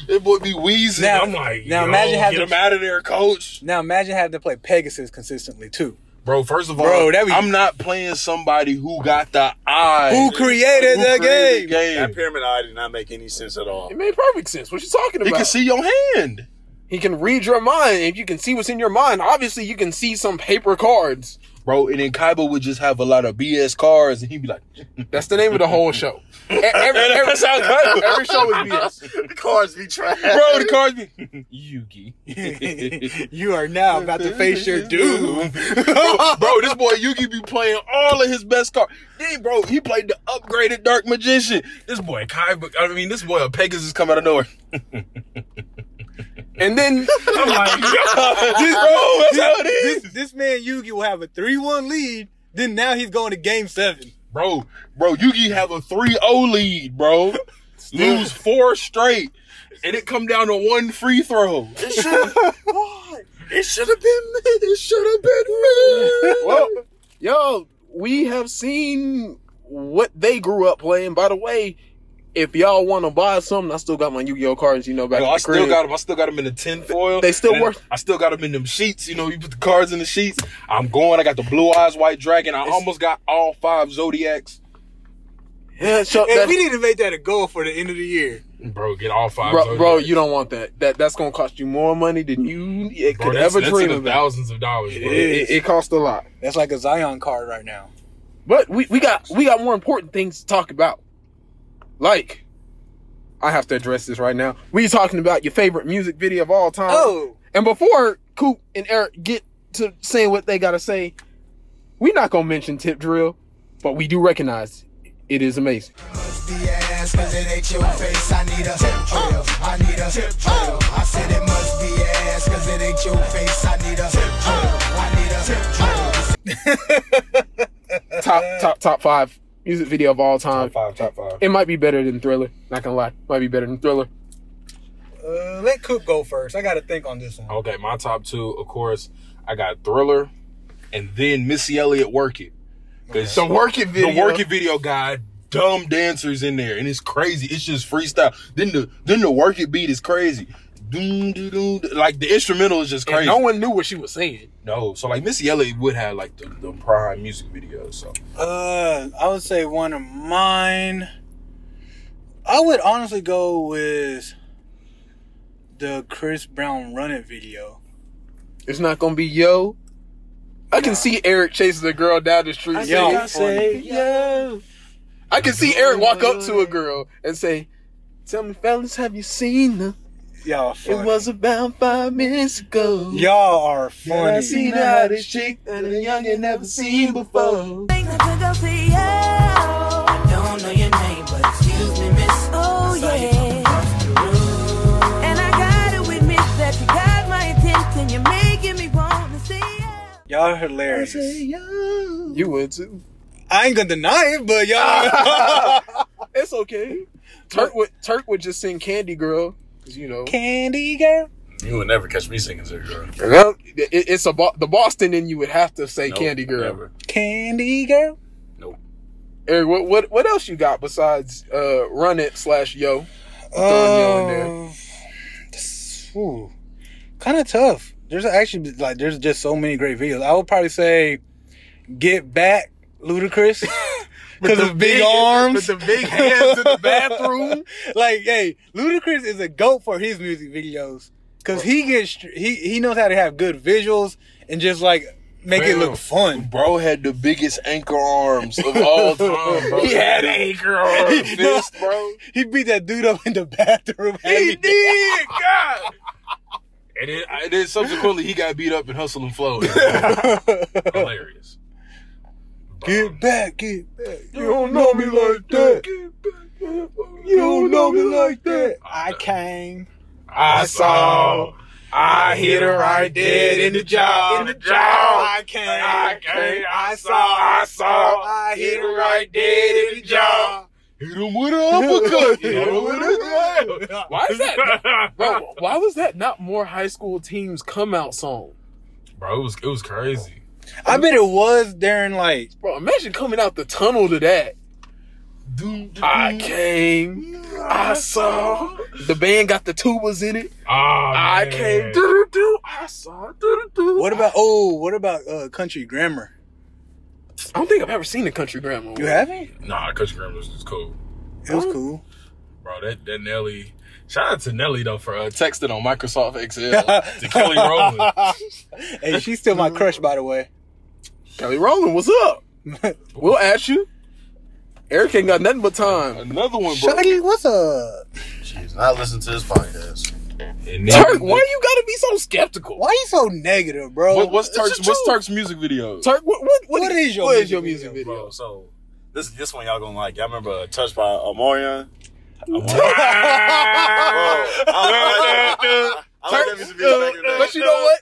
S3: that boy be wheezing.
S8: Now-
S3: I'm like,
S8: now
S3: yo,
S8: imagine having-
S3: get him out of there, coach.
S8: now imagine having to play Pegasus consistently too.
S3: Bro, first of all,
S8: Bro, that be-
S3: I'm not playing somebody who got the eye.
S8: Who created
S3: Who
S8: the
S3: created
S8: game?
S3: the
S4: That pyramid eye did not make any sense at all.
S7: it made perfect sense. What you talking about?
S3: He can see your hand.
S7: He can read your mind. If you can see what's in your mind, obviously you can see some paper cards.
S3: Bro, and then Kaiba would just have a lot of BS cars, and he'd be like,
S7: That's the name of the whole show. E- Every, every,
S3: That's how Kaiba-
S7: every show is BS.
S4: the cards be trash.
S3: Bro, the cars be Yugi.
S8: you are now about to face your doom.
S3: bro, this boy Yugi be playing all of his best cards. Then, bro, he played the upgraded Dark Magician. This boy Kaiba, I mean, this boy Pegasus come out of nowhere.
S7: And then
S3: I'm like, this, bro, that's how it is.
S8: this, this man Yugi will have a three-one lead. Then now he's going to game seven.
S3: Bro, bro, Yugi have a 3-0 lead, bro. lose four straight, and it come down to one free throw.
S4: It should. Why? It should have been me. It should have been me.
S7: Well, yo, we have seen what they grew up playing. By the way, if y'all want to buy something, I still got my Yu-Gi-Oh cards. You know, back
S3: Yo,
S7: at
S3: I
S7: the
S3: still
S7: crib.
S3: got them. I still got them in the tin foil.
S7: They still
S3: And
S7: worth-
S3: I still got them in them sheets. You know, you put the cards in the sheets. I'm going. I got the blue eyes white dragon. I almost got all five zodiacs.
S7: Yeah, Chuck,
S8: Hey,
S7: that-
S8: we need to make that a goal for the end of the year.
S3: Bro, get all five.
S7: bro,
S3: zodiacs.
S7: bro, you don't want that. That that's gonna cost you more money than you it
S3: Bro,
S7: could
S3: that's,
S7: ever
S3: that's
S7: dream
S3: in the
S7: of.
S3: thousands of dollars. Bro.
S7: It, it, it costs a lot.
S8: That's like a Zion card right now.
S7: But we, we got we got more important things to talk about. Like, I have to address this right now. We talking about your favorite music video of all time.
S8: Oh,
S7: And before Coop and Eric get to saying what they gotta say, we not gonna mention Tip Drill, but we do recognize it is amazing.
S9: Bust the ass, cause it ain't your face. I need a tip drill. I need a tip drill. I said it must be your ass, cause it ain't your face. I need a tip drill. I need a tip drill.
S7: Top top top five music video of all time.
S3: Top five, top five.
S7: It might be better than Thriller. Not gonna lie, might be better than Thriller.
S8: uh, let Coop go first. I got to think on this one.
S3: Okay, my top two, of course, I got Thriller, and then Missy Elliott Work It. 'Cause
S7: The Work It video.
S3: The Work It video guy, dumb dancers in there, and it's crazy. It's just freestyle. Then the then the Work It beat is crazy. Doom, doo, doo, doo. Like the instrumental is just
S7: And
S3: crazy.
S7: no
S3: No,
S7: one knew what she was saying.
S3: so like Missy Elliott would have like the, the prime music video. So
S8: Uh, I would say one of mine. I would honestly go with the Chris Brown Run It video.
S7: It's not gonna be yo. I can see Eric chasing a girl down the street.
S8: Yo.
S7: saying- I can see Eric walk up to a girl and say, "Tell me, fellas, have you seen her?
S8: Y'all are
S7: It
S8: funny.
S7: was about five minutes ago.
S8: Y'all are
S7: I
S8: funny.
S7: seen the hottest chick that a youngin' never seen before."
S1: don't know your name, but excuse me, miss. Oh, yeah. And I gotta admit that you got my attention. You're making me want to see you.
S8: Y'all are hilarious.
S7: You would too.
S8: I ain't gonna deny it, but y'all.
S7: It's okay. Turk would Turk would just sing Candy Girl, 'cause, you know.
S8: Candy girl.
S4: You would never catch me singing to girl.
S7: Well, it- it's a bo- the Boston, and you would have to say Candy Girl.
S4: Never.
S8: Candy girl.
S7: Eric, what, what what else you got besides uh, Run It slash Yo?
S8: Uh,
S7: Throw it
S8: Oh, kind of tough. There's actually like there's just so many great videos. I would probably say, "Get Back," Ludacris, because of big, arms,
S7: with the big hands in the bathroom.
S8: like, hey, Ludacris is a goat for his music videos because he gets he he knows how to have good visuals and just like make it look fun.
S3: bro had the biggest anchor arms of
S7: Oh,
S3: all time. Bro. he had anchor arms, fist, bro.
S8: He beat that dude up in the bathroom.
S3: He did, God. And then, I, then subsequently, he got beat up in Hustle and Flow. Hilarious.
S8: Get back, get back.
S7: You don't know me like that. You don't know me like that.
S8: I came.
S3: I saw. I hit her right dead in the jaw. In the jaw.
S8: I came.
S3: I came. I saw. I saw. I hit her right dead in the jaw. Hit him with an uppercut. Hit him with a glove.
S7: Why is that, bro? Why was that not more high school teams come out song?
S3: Bro, it was it was crazy.
S8: I bet it was during like
S7: Bro, imagine coming out the tunnel to that. I came. I saw. The band got the tubas in it.
S3: Oh,
S7: I came. Do do do. I saw. Do do do.
S8: what about oh what about uh country grammar?
S7: I don't think I've ever seen a country grandma.
S8: You haven't?
S3: Nah, Coach Graham was just cool.
S8: It
S7: Oh.
S8: was cool.
S3: Bro, that, that Nelly. Shout out to Nelly though for uh, texting on Microsoft Excel to Kelly Rowland.
S8: Hey, she's still my crush by the way.
S7: Kelly Rowland, what's up? we'll ask you. Eric ain't got nothing but time.
S3: Another one, bro.
S8: Shaggy, what's up?
S4: Jeez, not listen to this podcast.
S3: And then-
S7: Turk, why you gotta be so skeptical?
S8: Why you so negative, bro?
S3: What, what's Turk's
S7: just
S3: What's
S7: true.
S3: Turk's music video?
S7: Turk, what what,
S8: What is your
S7: what
S8: music
S7: is your
S8: video,
S7: music video?
S4: Bro, so this this one y'all gonna like. Y'all remember uh, Touched by Amorian? Bro,
S3: Turk,
S4: I like Oh, that- I like that music video back in the day.
S7: But you know what?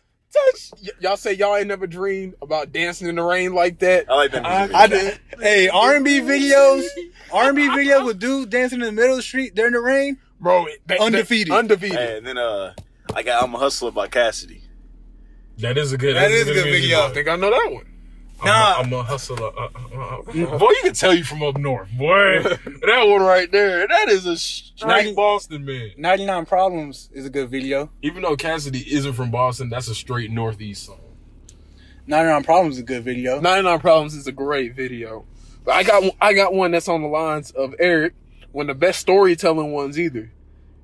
S7: touch. Y- y'all say y'all ain't never dreamed about dancing in the rain like that.
S3: Oh,
S4: I like that music. video.
S8: I did. Hey, R and B videos, R and B videos with dudes dancing in the middle of the street during the rain.
S7: Bro, it- that- that-
S8: Undefeated.
S7: Undefeated.
S4: Hey, and then uh, I got I'm a Hustler by Cassidy.
S3: That is a good.
S8: That is a good video.
S7: I think I know that one.
S3: I'm nah, a, I'm a hustler. Uh, uh, uh, uh. Boy, you can tell you from up north, boy. that one right there. That is a straight
S8: Nice.
S3: Boston man.
S8: Ninety Nine Problems is a good video.
S3: Even though Cassidy isn't from Boston, that's a straight Northeast song.
S8: Ninety Nine Problems is a good video.
S7: 99 Problems is a great video. But I got one- I got one that's on the lines of Eric, one of the best storytelling ones either.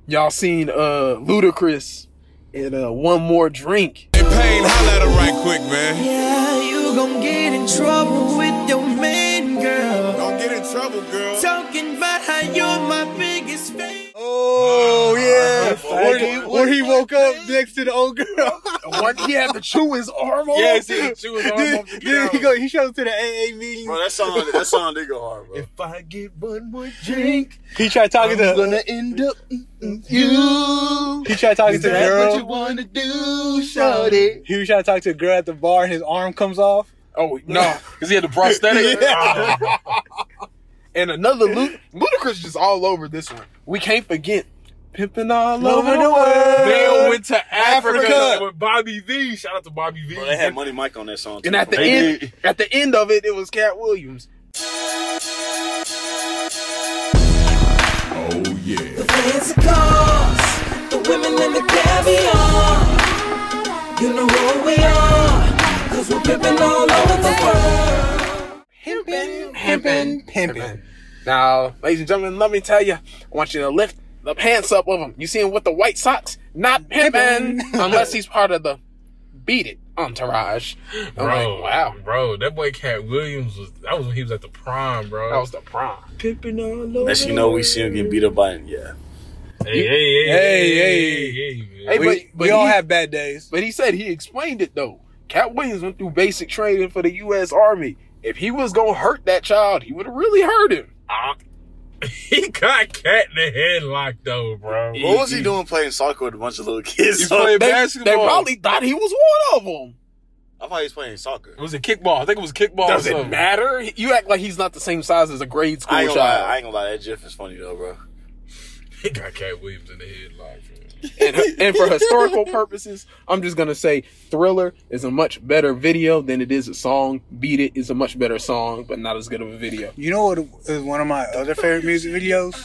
S7: Y'all seen uh Ludacris in uh One More Drink.
S10: Pain, holla at her right quick, man.
S1: Yeah, you gon' get in trouble with your man, girl.
S10: Don't get in trouble, girl.
S1: Talking about how you're my biggest fan.
S8: Oh yeah, where, he- where he woke up next to the old girl.
S7: One, he had to chew his arm off.
S3: Yes, he chew his arm
S8: Dude,
S3: off the
S8: dude, he
S3: ground.
S8: go. He shows to the AA meeting.
S4: Bro, that song that song did go hard, bro.
S3: If I get one more drink,
S8: He tried talking
S3: I'm
S8: to.
S3: gonna end up eating you.
S8: He tried talking
S3: Is
S8: to the
S3: that what you
S8: girl.
S3: wanna do, shorty?
S8: He was trying to talk to a girl at the bar, and his arm comes off.
S7: Oh no!
S3: Cause he had the prosthetic.
S7: And another Lu- Ludacris just all over this one. We can't forget pimping all over the
S3: They
S7: world.
S3: went to Africa,
S8: Africa.
S3: with Bobby V. Shout out to Bobby V.
S4: Bro, they had Money Mike on that song. Too.
S7: And at the
S4: They
S7: end,
S4: did.
S7: at the end of it, it was Cat Williams.
S1: Fancy cars, the women and the caviar. You know who we are, cause we're pimping all over the world.
S7: Pimping, pimping, pimping. Now, ladies and gentlemen, let me tell you. I want you to lift the pants up with him. You see him with the white socks? Not pimping, unless he's part of the beat it entourage. I'm
S3: Bro,
S7: like, wow,
S3: bro, that boy Cat Williams was that was when he was at the prime, bro.
S7: that was the prime. Pimping all over.
S4: Next thing you know, we see him get beat up by yeah.
S3: hey, hey, hey,
S8: Hey,
S3: hey, hey, man.
S7: Hey, but-
S8: We, we
S7: but
S8: all
S7: he-
S8: have bad days.
S7: But he said he explained it though. Cat Williams went through basic training for the U.S. Army. If he was gonna hurt that child, he would have really hurt him.
S3: Ah. he got Cat in the headlock though, bro.
S4: What was he doing playing soccer with a bunch of little kids?
S3: He played
S7: They, they
S3: basketball.
S7: probably thought he was one of them.
S4: I thought he was playing soccer.
S3: It was a kickball. I think it was kickball. or
S7: Does it
S3: something.
S7: matter? You act like he's not the same size as a grade school
S4: I ain't,
S7: child.
S4: gonna lie, I ain't gonna lie, that GIF is funny though, bro.
S3: He got Cat Williams in the headlock.
S7: and, and for historical purposes, I'm just gonna say Thriller is a much better video than it is a song. Beat It is a much better song, but not as good of a video.
S8: You know what is one of my other favorite music videos?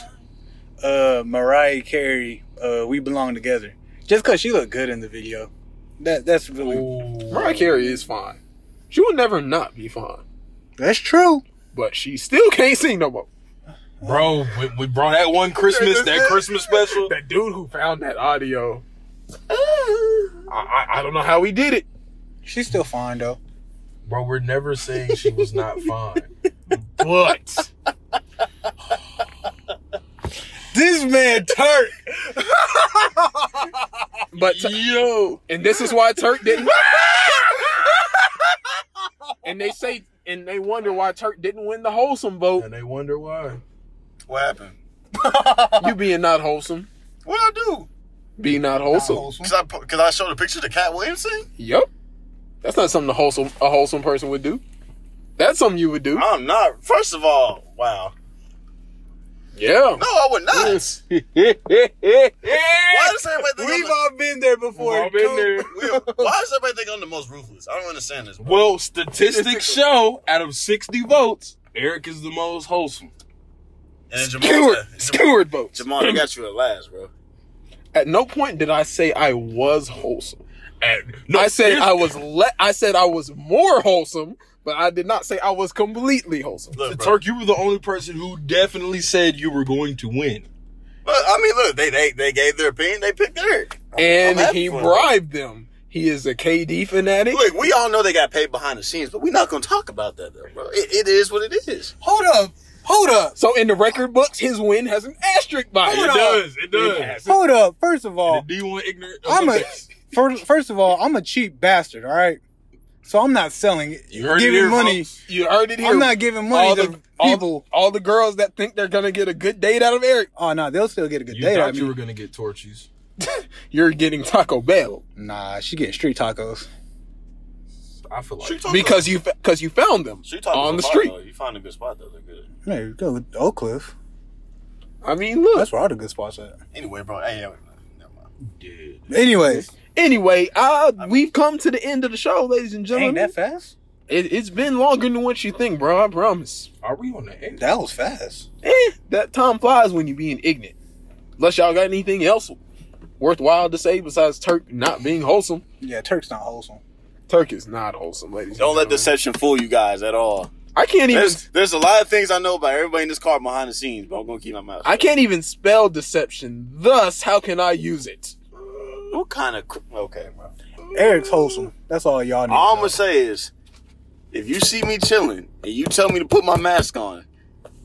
S8: Uh, Mariah Carey, uh, "We Belong Together." Just cause she looked good in the video. That that's really
S7: Mariah Carey is fine. She will never not be fine,
S8: that's true.
S7: but she still can't sing no more.
S3: Bro, we, we brought that one Christmas, that Christmas special.
S7: That dude who found that audio, I, I, I don't know how he did it.
S8: She's still fine though.
S3: Bro, we're never saying she was not fine.
S7: But
S8: This man Turk.
S7: but yo, and this is why Turk didn't. and they say, and they wonder why Turk didn't win the wholesome vote.
S3: And they wonder why.
S4: What happened?
S7: You being not wholesome,
S4: What I do?
S7: being not wholesome.
S4: Cause I po- cause I showed a picture to Cat Williamson.
S7: Yep. That's not something a wholesome a wholesome person would do. That's something you would do.
S4: I'm not. First of all, wow.
S7: Yeah.
S4: No, I would not. Why does everybody think I'm
S8: We've
S4: the-
S8: all been there before. Coop.
S4: we- why does everybody think I'm the most ruthless? I don't understand this. Bro.
S3: Well, statistics show out of 60 votes, Eric is the most wholesome.
S4: And Jamal,
S7: Skewered,
S4: Jamal,
S7: skewered votes.
S4: Jamal, they got you at last, bro.
S7: At no point did I say I was wholesome.
S3: And- no,
S7: I said
S3: here's-
S7: I was le- I said I was more wholesome, but I did not say I was completely wholesome.
S4: Look, bro.
S3: Turk, you were the only person who definitely said you were going to win.
S4: But, I mean, look, they they they gave their opinion. They picked Eric. I'm-
S3: Oh,
S7: And
S4: I'm happy
S7: he
S4: for him.
S7: bribed them. He is a KD fanatic.
S4: Look, we all know they got paid behind the scenes, but we're not gonna talk about that though, bro. It, it is what it is.
S8: Hold up. Hold up.
S7: So in the record books, his win has an asterisk by it.
S3: It does. It does.
S8: Hold up. First of
S3: The
S8: all,
S3: D1 ignorant.
S8: Oh. I'm a first, first of all, I'm a cheap bastard, all right? So I'm not selling it.
S3: You heard it
S8: giving
S3: here,
S8: money.
S3: folks.
S7: You heard it here.
S8: I'm not giving money
S7: all
S8: to
S7: the, all, the,
S8: people.
S7: all the girls that think they're gonna get a good date out of Eric.
S8: Oh no, they'll still get a good
S3: You
S8: date out
S3: thought
S8: of
S3: you were
S8: me.
S3: going to get torches. You're getting Taco Bell
S8: Nah, she getting street tacos.
S5: I feel like
S4: Street tacos-
S3: because you because you found them
S4: street tacos
S3: on
S4: are
S3: the
S4: fire,
S3: street.
S4: though. You find a good spot though. They're good.
S8: There you go, Oak Cliff.
S3: I mean, look.
S8: That's where all the good spots at.
S4: Anyway, bro. Hey, yeah, never mind.
S8: Anyways,
S3: Anyway, uh, we've come to the end of the show, ladies and
S8: ain't
S3: gentlemen.
S8: that fast?
S3: it, it's been longer than what you think, bro. I promise.
S5: are we on the end?
S8: That was fast.
S3: Eh, that time flies when you're being ignorant. Unless y'all got anything else worthwhile to say besides Turk not being wholesome.
S8: Yeah, Turk's not wholesome.
S3: Turk is not wholesome, ladies.
S4: Don't
S3: and
S4: let
S3: gentlemen.
S4: deception fool you guys at all.
S3: I can't e, even.
S4: There's there's a lot of things I know about everybody in this car behind the scenes, but I'm gonna keep my mouth.
S3: I can't even spell deception. Thus, how can I use it?
S4: What kind of cr- okay, bro?
S8: Eric's wholesome. That's all y'all need. to
S4: All I'm
S8: know.
S4: gonna say is, if you see me chilling and you tell me to put my mask on,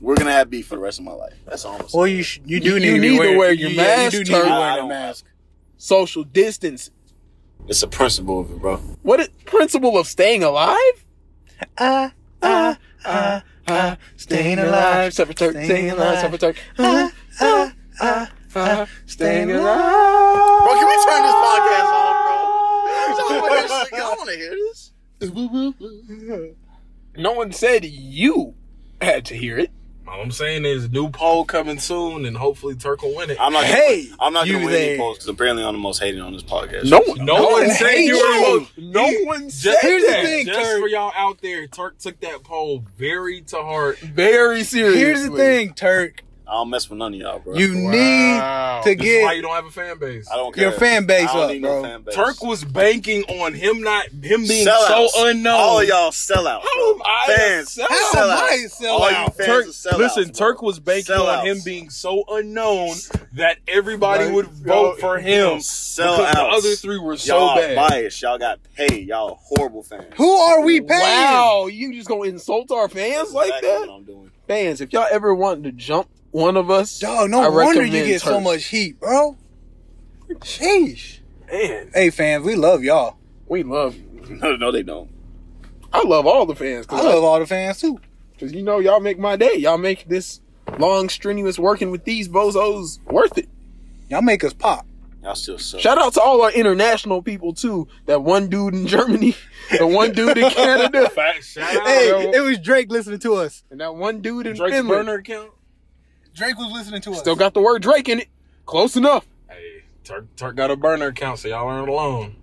S4: we're gonna have beef for the rest of my life. That's all. I'm saying.
S8: Well, you sh- you do
S3: You-
S8: need,
S3: you
S8: to, be
S3: need to
S8: wearing,
S3: wear your
S8: you- yeah,
S3: mask,
S8: You do need to
S3: Turk.
S8: be
S4: I
S8: wearing a
S4: don't-
S8: mask.
S3: Social distance.
S4: It's a principle of it, bro.
S3: What is principle of staying alive?
S8: Ah ah ah ah, staying alive,
S3: Except for Turk. Staying alive. Except for Turk.
S8: Ah ah ah ah, staying alive.
S4: Bro, can we turn this podcast off, bro? I want to hear this.
S3: No one said you had to hear it.
S5: All I'm saying is new poll coming soon, and hopefully Turk will win it.
S4: I'm not. Gonna,
S8: Hey,
S4: I'm not
S8: you
S4: gonna win
S8: there.
S4: any polls because apparently I'm the most hated on this podcast.
S3: No,
S4: So-
S3: no,
S5: no, one said
S8: hates
S5: you were
S8: you.
S5: the most. No one said
S8: here's the
S5: that.
S8: thing,
S5: Just
S8: Turk.
S5: for y'all out there, Turk took that poll very to heart.
S3: Very serious.
S8: Here's the thing, Turk.
S4: I don't mess with none of y'all, bro.
S8: You
S5: Wow.
S8: need to
S5: This is why you
S8: get
S5: don't have a fan base.
S4: I don't care.
S8: your fan base
S4: I don't
S8: up,
S4: need
S8: bro.
S4: No fan base.
S5: Turk was banking on him not him being
S4: Sellouts.
S5: so unknown.
S4: All y'all sell out.
S5: How am I a
S4: fans?
S5: sellout?
S4: sellouts.
S8: How am I a sellout?
S4: All you fans
S5: Turk,
S4: are sellouts,
S5: listen,
S4: bro.
S5: Turk was banking
S4: Sellouts.
S5: on him being so unknown that everybody
S8: Right.
S5: would vote for him.
S4: Sellouts.
S5: because the other three were so
S4: y'all
S5: bad.
S4: biased. Y'all got paid. Y'all horrible fans.
S8: Who are we paying?
S3: Wow, you just gonna insult our fans
S4: That's
S3: like
S4: exactly
S3: that?
S4: What I'm doing.
S3: Fans, if y'all ever want to jump one of us,
S8: Dog, no
S3: I
S8: wonder you
S3: recommend
S8: get so
S3: Turk.
S8: much heat, bro. Sheesh.
S5: Man,
S8: Hey, fans, we love y'all.
S3: We love you.
S4: No, no, they don't.
S3: I love all the fans
S8: I love
S3: because
S8: all the fans too.
S3: you know y'all make my day. Y'all make this long, strenuous working with these bozos worth it.
S8: Y'all make us pop.
S4: Y'all still suck.
S3: Shout out to all our international people too. That one dude in Germany, the one dude in Canada,
S5: fact, shout out.
S8: Hey,
S5: bro.
S8: it was Drake listening to us.
S3: and that one dude in
S5: Drake's
S3: Finland.
S5: burner account.
S8: Drake was listening to us.
S3: Still got the word Drake in it. Close enough.
S5: Hey, Turk, Turk got a burner account, so y'all aren't alone.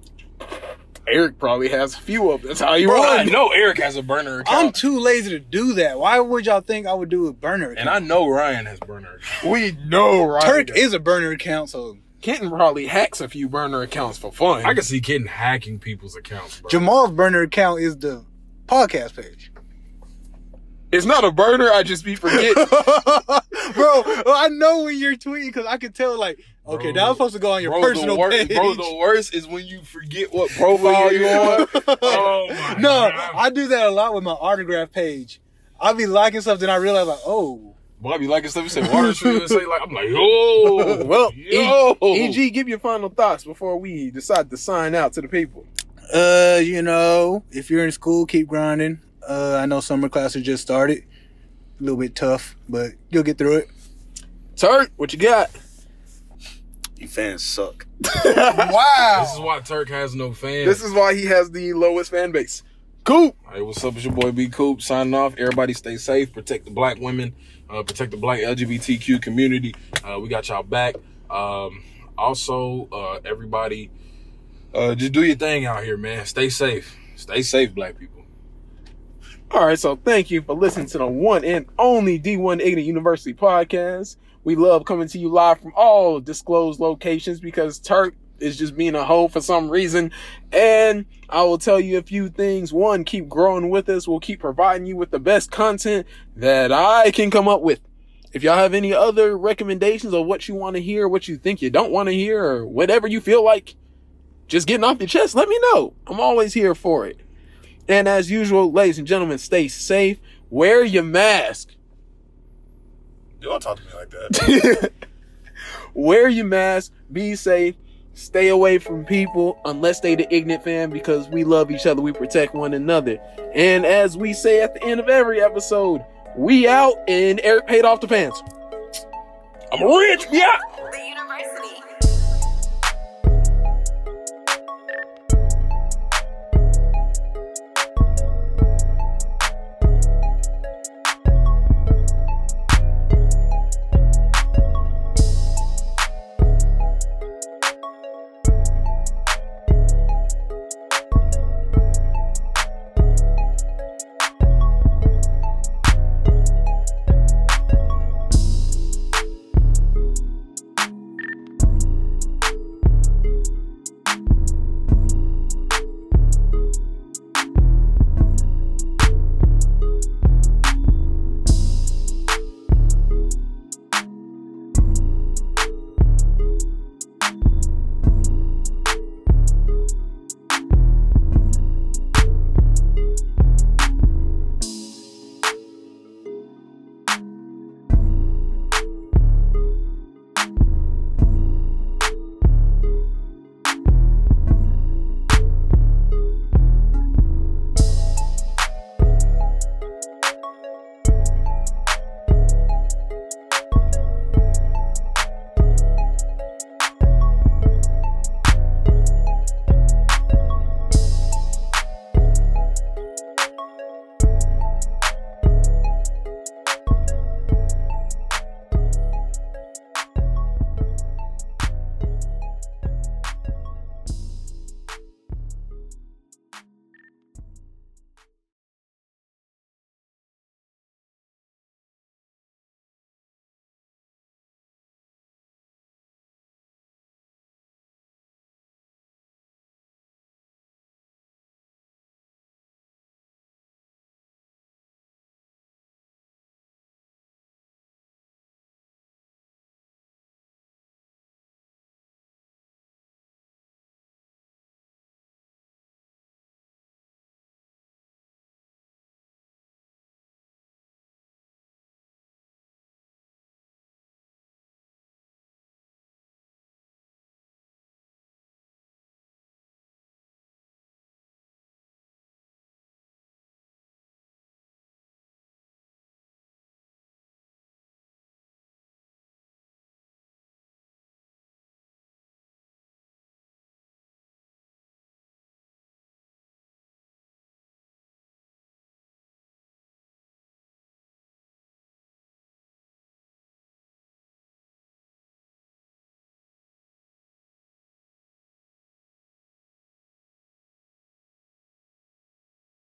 S3: Eric probably has a few of them. That's how you
S5: Bro, I
S3: run.
S5: know Eric has a burner account,
S8: I'm too lazy to do that. Why would y'all think I would do a burner
S5: and
S8: account?
S5: I know Ryan has burner. Account.
S3: We know, right?
S8: Turk is a burner account, so
S3: Kenton probably hacks a few burner accounts for fun.
S5: I can see Kitten hacking people's accounts, bro.
S8: Jamal's burner account is the podcast page.
S3: it's not a burner. I just be forgetting.
S8: bro, I know when you're tweeting because I could tell, like, okay,
S5: Bro,
S8: that was supposed to go on your
S5: Bro, the
S8: personal
S5: wor-
S8: page.
S5: bro, the worst is when you forget what profile you on. Oh my
S8: no,
S5: God.
S8: I do that a lot with my autograph page. I'll be liking stuff, then I realize, like, oh,
S5: Bobby liking stuff. You say water street. and say like I'm like yo.
S3: well,
S5: yo.
S3: E- EG, give your final thoughts before we decide to sign out to the people.
S8: uh, you know, if you're in school, keep grinding. Uh, I know summer classes just started. A little bit tough, but you'll get through it.
S3: Turk, what you got?
S4: You fans suck.
S5: This is why Turk has no fans.
S3: This is why he has the lowest fan base. Cool.
S5: Hey, what's up? It's your boy B Coop signing off. Everybody stay safe, protect the black women, uh, protect the black LGBTQ community. Uh, we got y'all back. Um, also, uh, everybody, uh, just do your thing out here, man. Stay safe. Stay safe, black people.
S3: All right, so thank you for listening to the one and only D1 Ignorant University podcast. We love coming to you live from all disclosed locations because Turk is just being a hoe for some reason. And I will tell you a few things. One, keep growing with us. We'll keep providing you with the best content that I can come up with. If y'all have any other recommendations of what you want to hear, what you think you don't want to hear, or whatever you feel like just getting off your chest, let me know. I'm always here for it. And as usual, ladies and gentlemen, stay safe. Wear your mask.
S4: You don't talk to me like that.
S3: Wear your mask. Be safe. Stay away from people unless they the ignorant fan because we love each other. We protect one another. And as we say at the end of every episode, we out and Eric paid off the fans.
S5: I'm rich, yeah.